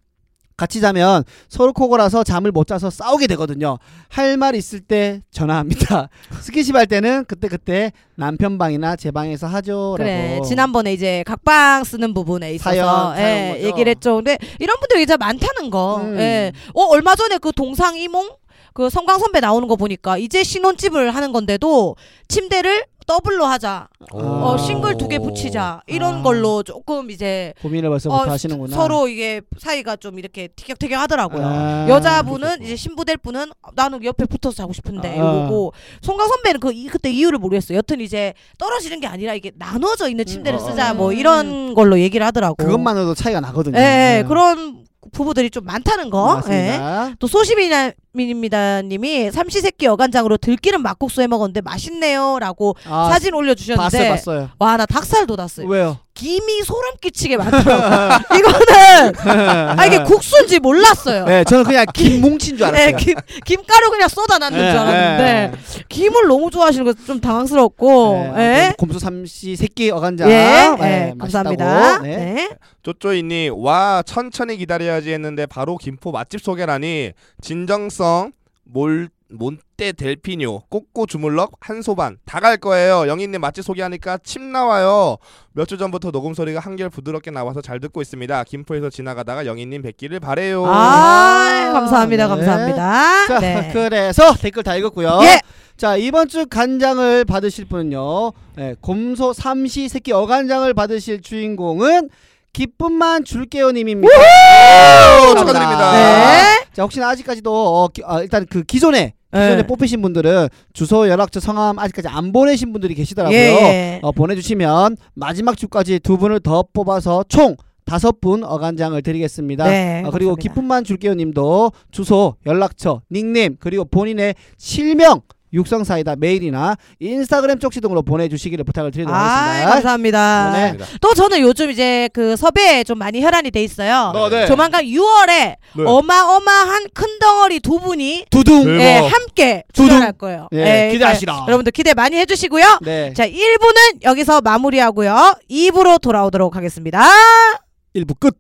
Speaker 2: 같이 자면 서로 코골아서 잠을 못 자서 싸우게 되거든요. 할 말 있을 때 전화합니다. 스킨십 할 때는 그때 그때 남편 방이나 제 방에서 하죠라고.
Speaker 1: 그래 지난번에 이제 각방 쓰는 부분에 있어서
Speaker 2: 사연, 사연
Speaker 1: 예,
Speaker 2: 거죠.
Speaker 1: 얘기를 했죠. 근데 이런 분들이 진짜 많다는 거.
Speaker 2: 음.
Speaker 1: 예. 어 얼마 전에 그 동상 이몽 그 성광 선배 나오는 거 보니까 이제 신혼집을 하는 건데도 침대를 더블로 하자. 어,
Speaker 2: 아.
Speaker 1: 싱글 두 개 붙이자. 이런
Speaker 2: 아.
Speaker 1: 걸로 조금 이제
Speaker 2: 고민을 벌써부터
Speaker 1: 어,
Speaker 2: 하시는구나.
Speaker 1: 서로 이게 사이가 좀 이렇게 티격태격 하더라고요.
Speaker 2: 아.
Speaker 1: 여자분은 이제 신부될 분은 나는 옆에 붙어서 자고 싶은데
Speaker 2: 아.
Speaker 1: 이러고 송강 선배는 그 이- 그때 이유를 모르겠어요. 여튼 이제 떨어지는 게 아니라 이게 나눠져 있는 침대를
Speaker 2: 음.
Speaker 1: 쓰자 뭐
Speaker 4: 음.
Speaker 1: 이런 걸로 얘기를 하더라고.
Speaker 2: 그것만으로도 차이가 나거든요.
Speaker 1: 예, 예,
Speaker 2: 네.
Speaker 1: 그런 부부들이 좀 많다는 거. 예.
Speaker 2: 맞습니다.
Speaker 1: 또 소시민입니다님이 삼시세끼 어간장으로 들기름 막국수 해 먹었는데 맛있네요라고
Speaker 2: 아,
Speaker 1: 사진 올려주셨는데 네.
Speaker 2: 봤어요, 봤어요.
Speaker 1: 와 나 닭살 돋았어요.
Speaker 2: 왜요?
Speaker 1: 김이 소름 끼치게 만들어. 이거는 아 이게 국수인지 몰랐어요.
Speaker 2: 네, 저는 그냥 김 뭉친 줄 알았어요. 네,
Speaker 1: 네, 김, 김가루 그냥 쏟아놨는 줄 알았는데 김을 너무 좋아하시는 거 좀 당황스럽고
Speaker 2: 네,
Speaker 1: 예.
Speaker 2: 아무튼 곰수 삼시 새끼
Speaker 1: 예,
Speaker 2: 어간장.
Speaker 1: 예,
Speaker 2: 네,
Speaker 1: 감사합니다.
Speaker 2: 맛있다고.
Speaker 1: 네.
Speaker 2: 네.
Speaker 3: 쪼쪼이님 와 천천히 기다려야지 했는데 바로 김포 맛집 소개라니 진정성 몰 몬테 델피뇨 꼬꼬 주물럭 한소반 다 갈 거예요 영희님 맛집 소개하니까 침 나와요 몇 주 전부터 녹음 소리가 한결 부드럽게 나와서 잘 듣고 있습니다 김포에서 지나가다가 영희님 뵙기를 바래요
Speaker 1: 아, 감사합니다,
Speaker 2: 네.
Speaker 1: 감사합니다.
Speaker 2: 자,
Speaker 1: 네.
Speaker 2: 그래서 댓글 다 읽었고요.
Speaker 1: 예.
Speaker 2: 자, 이번 주 간장을 받으실 분은요. 네, 곰소 삼시 새끼 어간장을 받으실 주인공은 기쁨만 줄게요 님입니다.
Speaker 3: 오,
Speaker 2: 감사합니다.
Speaker 3: 축하드립니다
Speaker 1: 네.
Speaker 2: 자, 혹시나 아직까지도 어, 기- 아, 일단 그 기존에 기존에
Speaker 1: 네.
Speaker 2: 뽑히신 분들은 주소, 연락처, 성함 아직까지 안 보내신 분들이 계시더라고요.
Speaker 1: 예, 예.
Speaker 2: 어, 보내주시면 마지막 주까지 두 분을 더 뽑아서 총 다섯 분 어간장을 드리겠습니다.
Speaker 1: 네,
Speaker 2: 아, 그리고
Speaker 1: 감사합니다.
Speaker 2: 기쁨만 줄게요님도 주소, 연락처, 닉네임 그리고 본인의 실명 육성사이다 메일이나 인스타그램 쪽지 등으로 보내주시기를 부탁을 드리도록
Speaker 1: 아,
Speaker 2: 하겠습니다.
Speaker 1: 감사합니다.
Speaker 2: 네.
Speaker 1: 또 저는 요즘 이제 그 섭외에 좀 많이 혈안이 돼 있어요.
Speaker 3: 어, 네.
Speaker 1: 조만간 6월에
Speaker 3: 네.
Speaker 1: 어마어마한 큰 덩어리 두 분이
Speaker 2: 두둥.
Speaker 3: 대박.
Speaker 1: 예, 함께
Speaker 2: 두둥.
Speaker 1: 출연할 거예요.
Speaker 2: 예,
Speaker 1: 그러니까
Speaker 2: 기대하시라.
Speaker 1: 여러분들 기대 많이 해주시고요.
Speaker 2: 네.
Speaker 1: 자, 1부는 여기서 마무리하고요. 2부로 돌아오도록 하겠습니다.
Speaker 2: 일부 끝.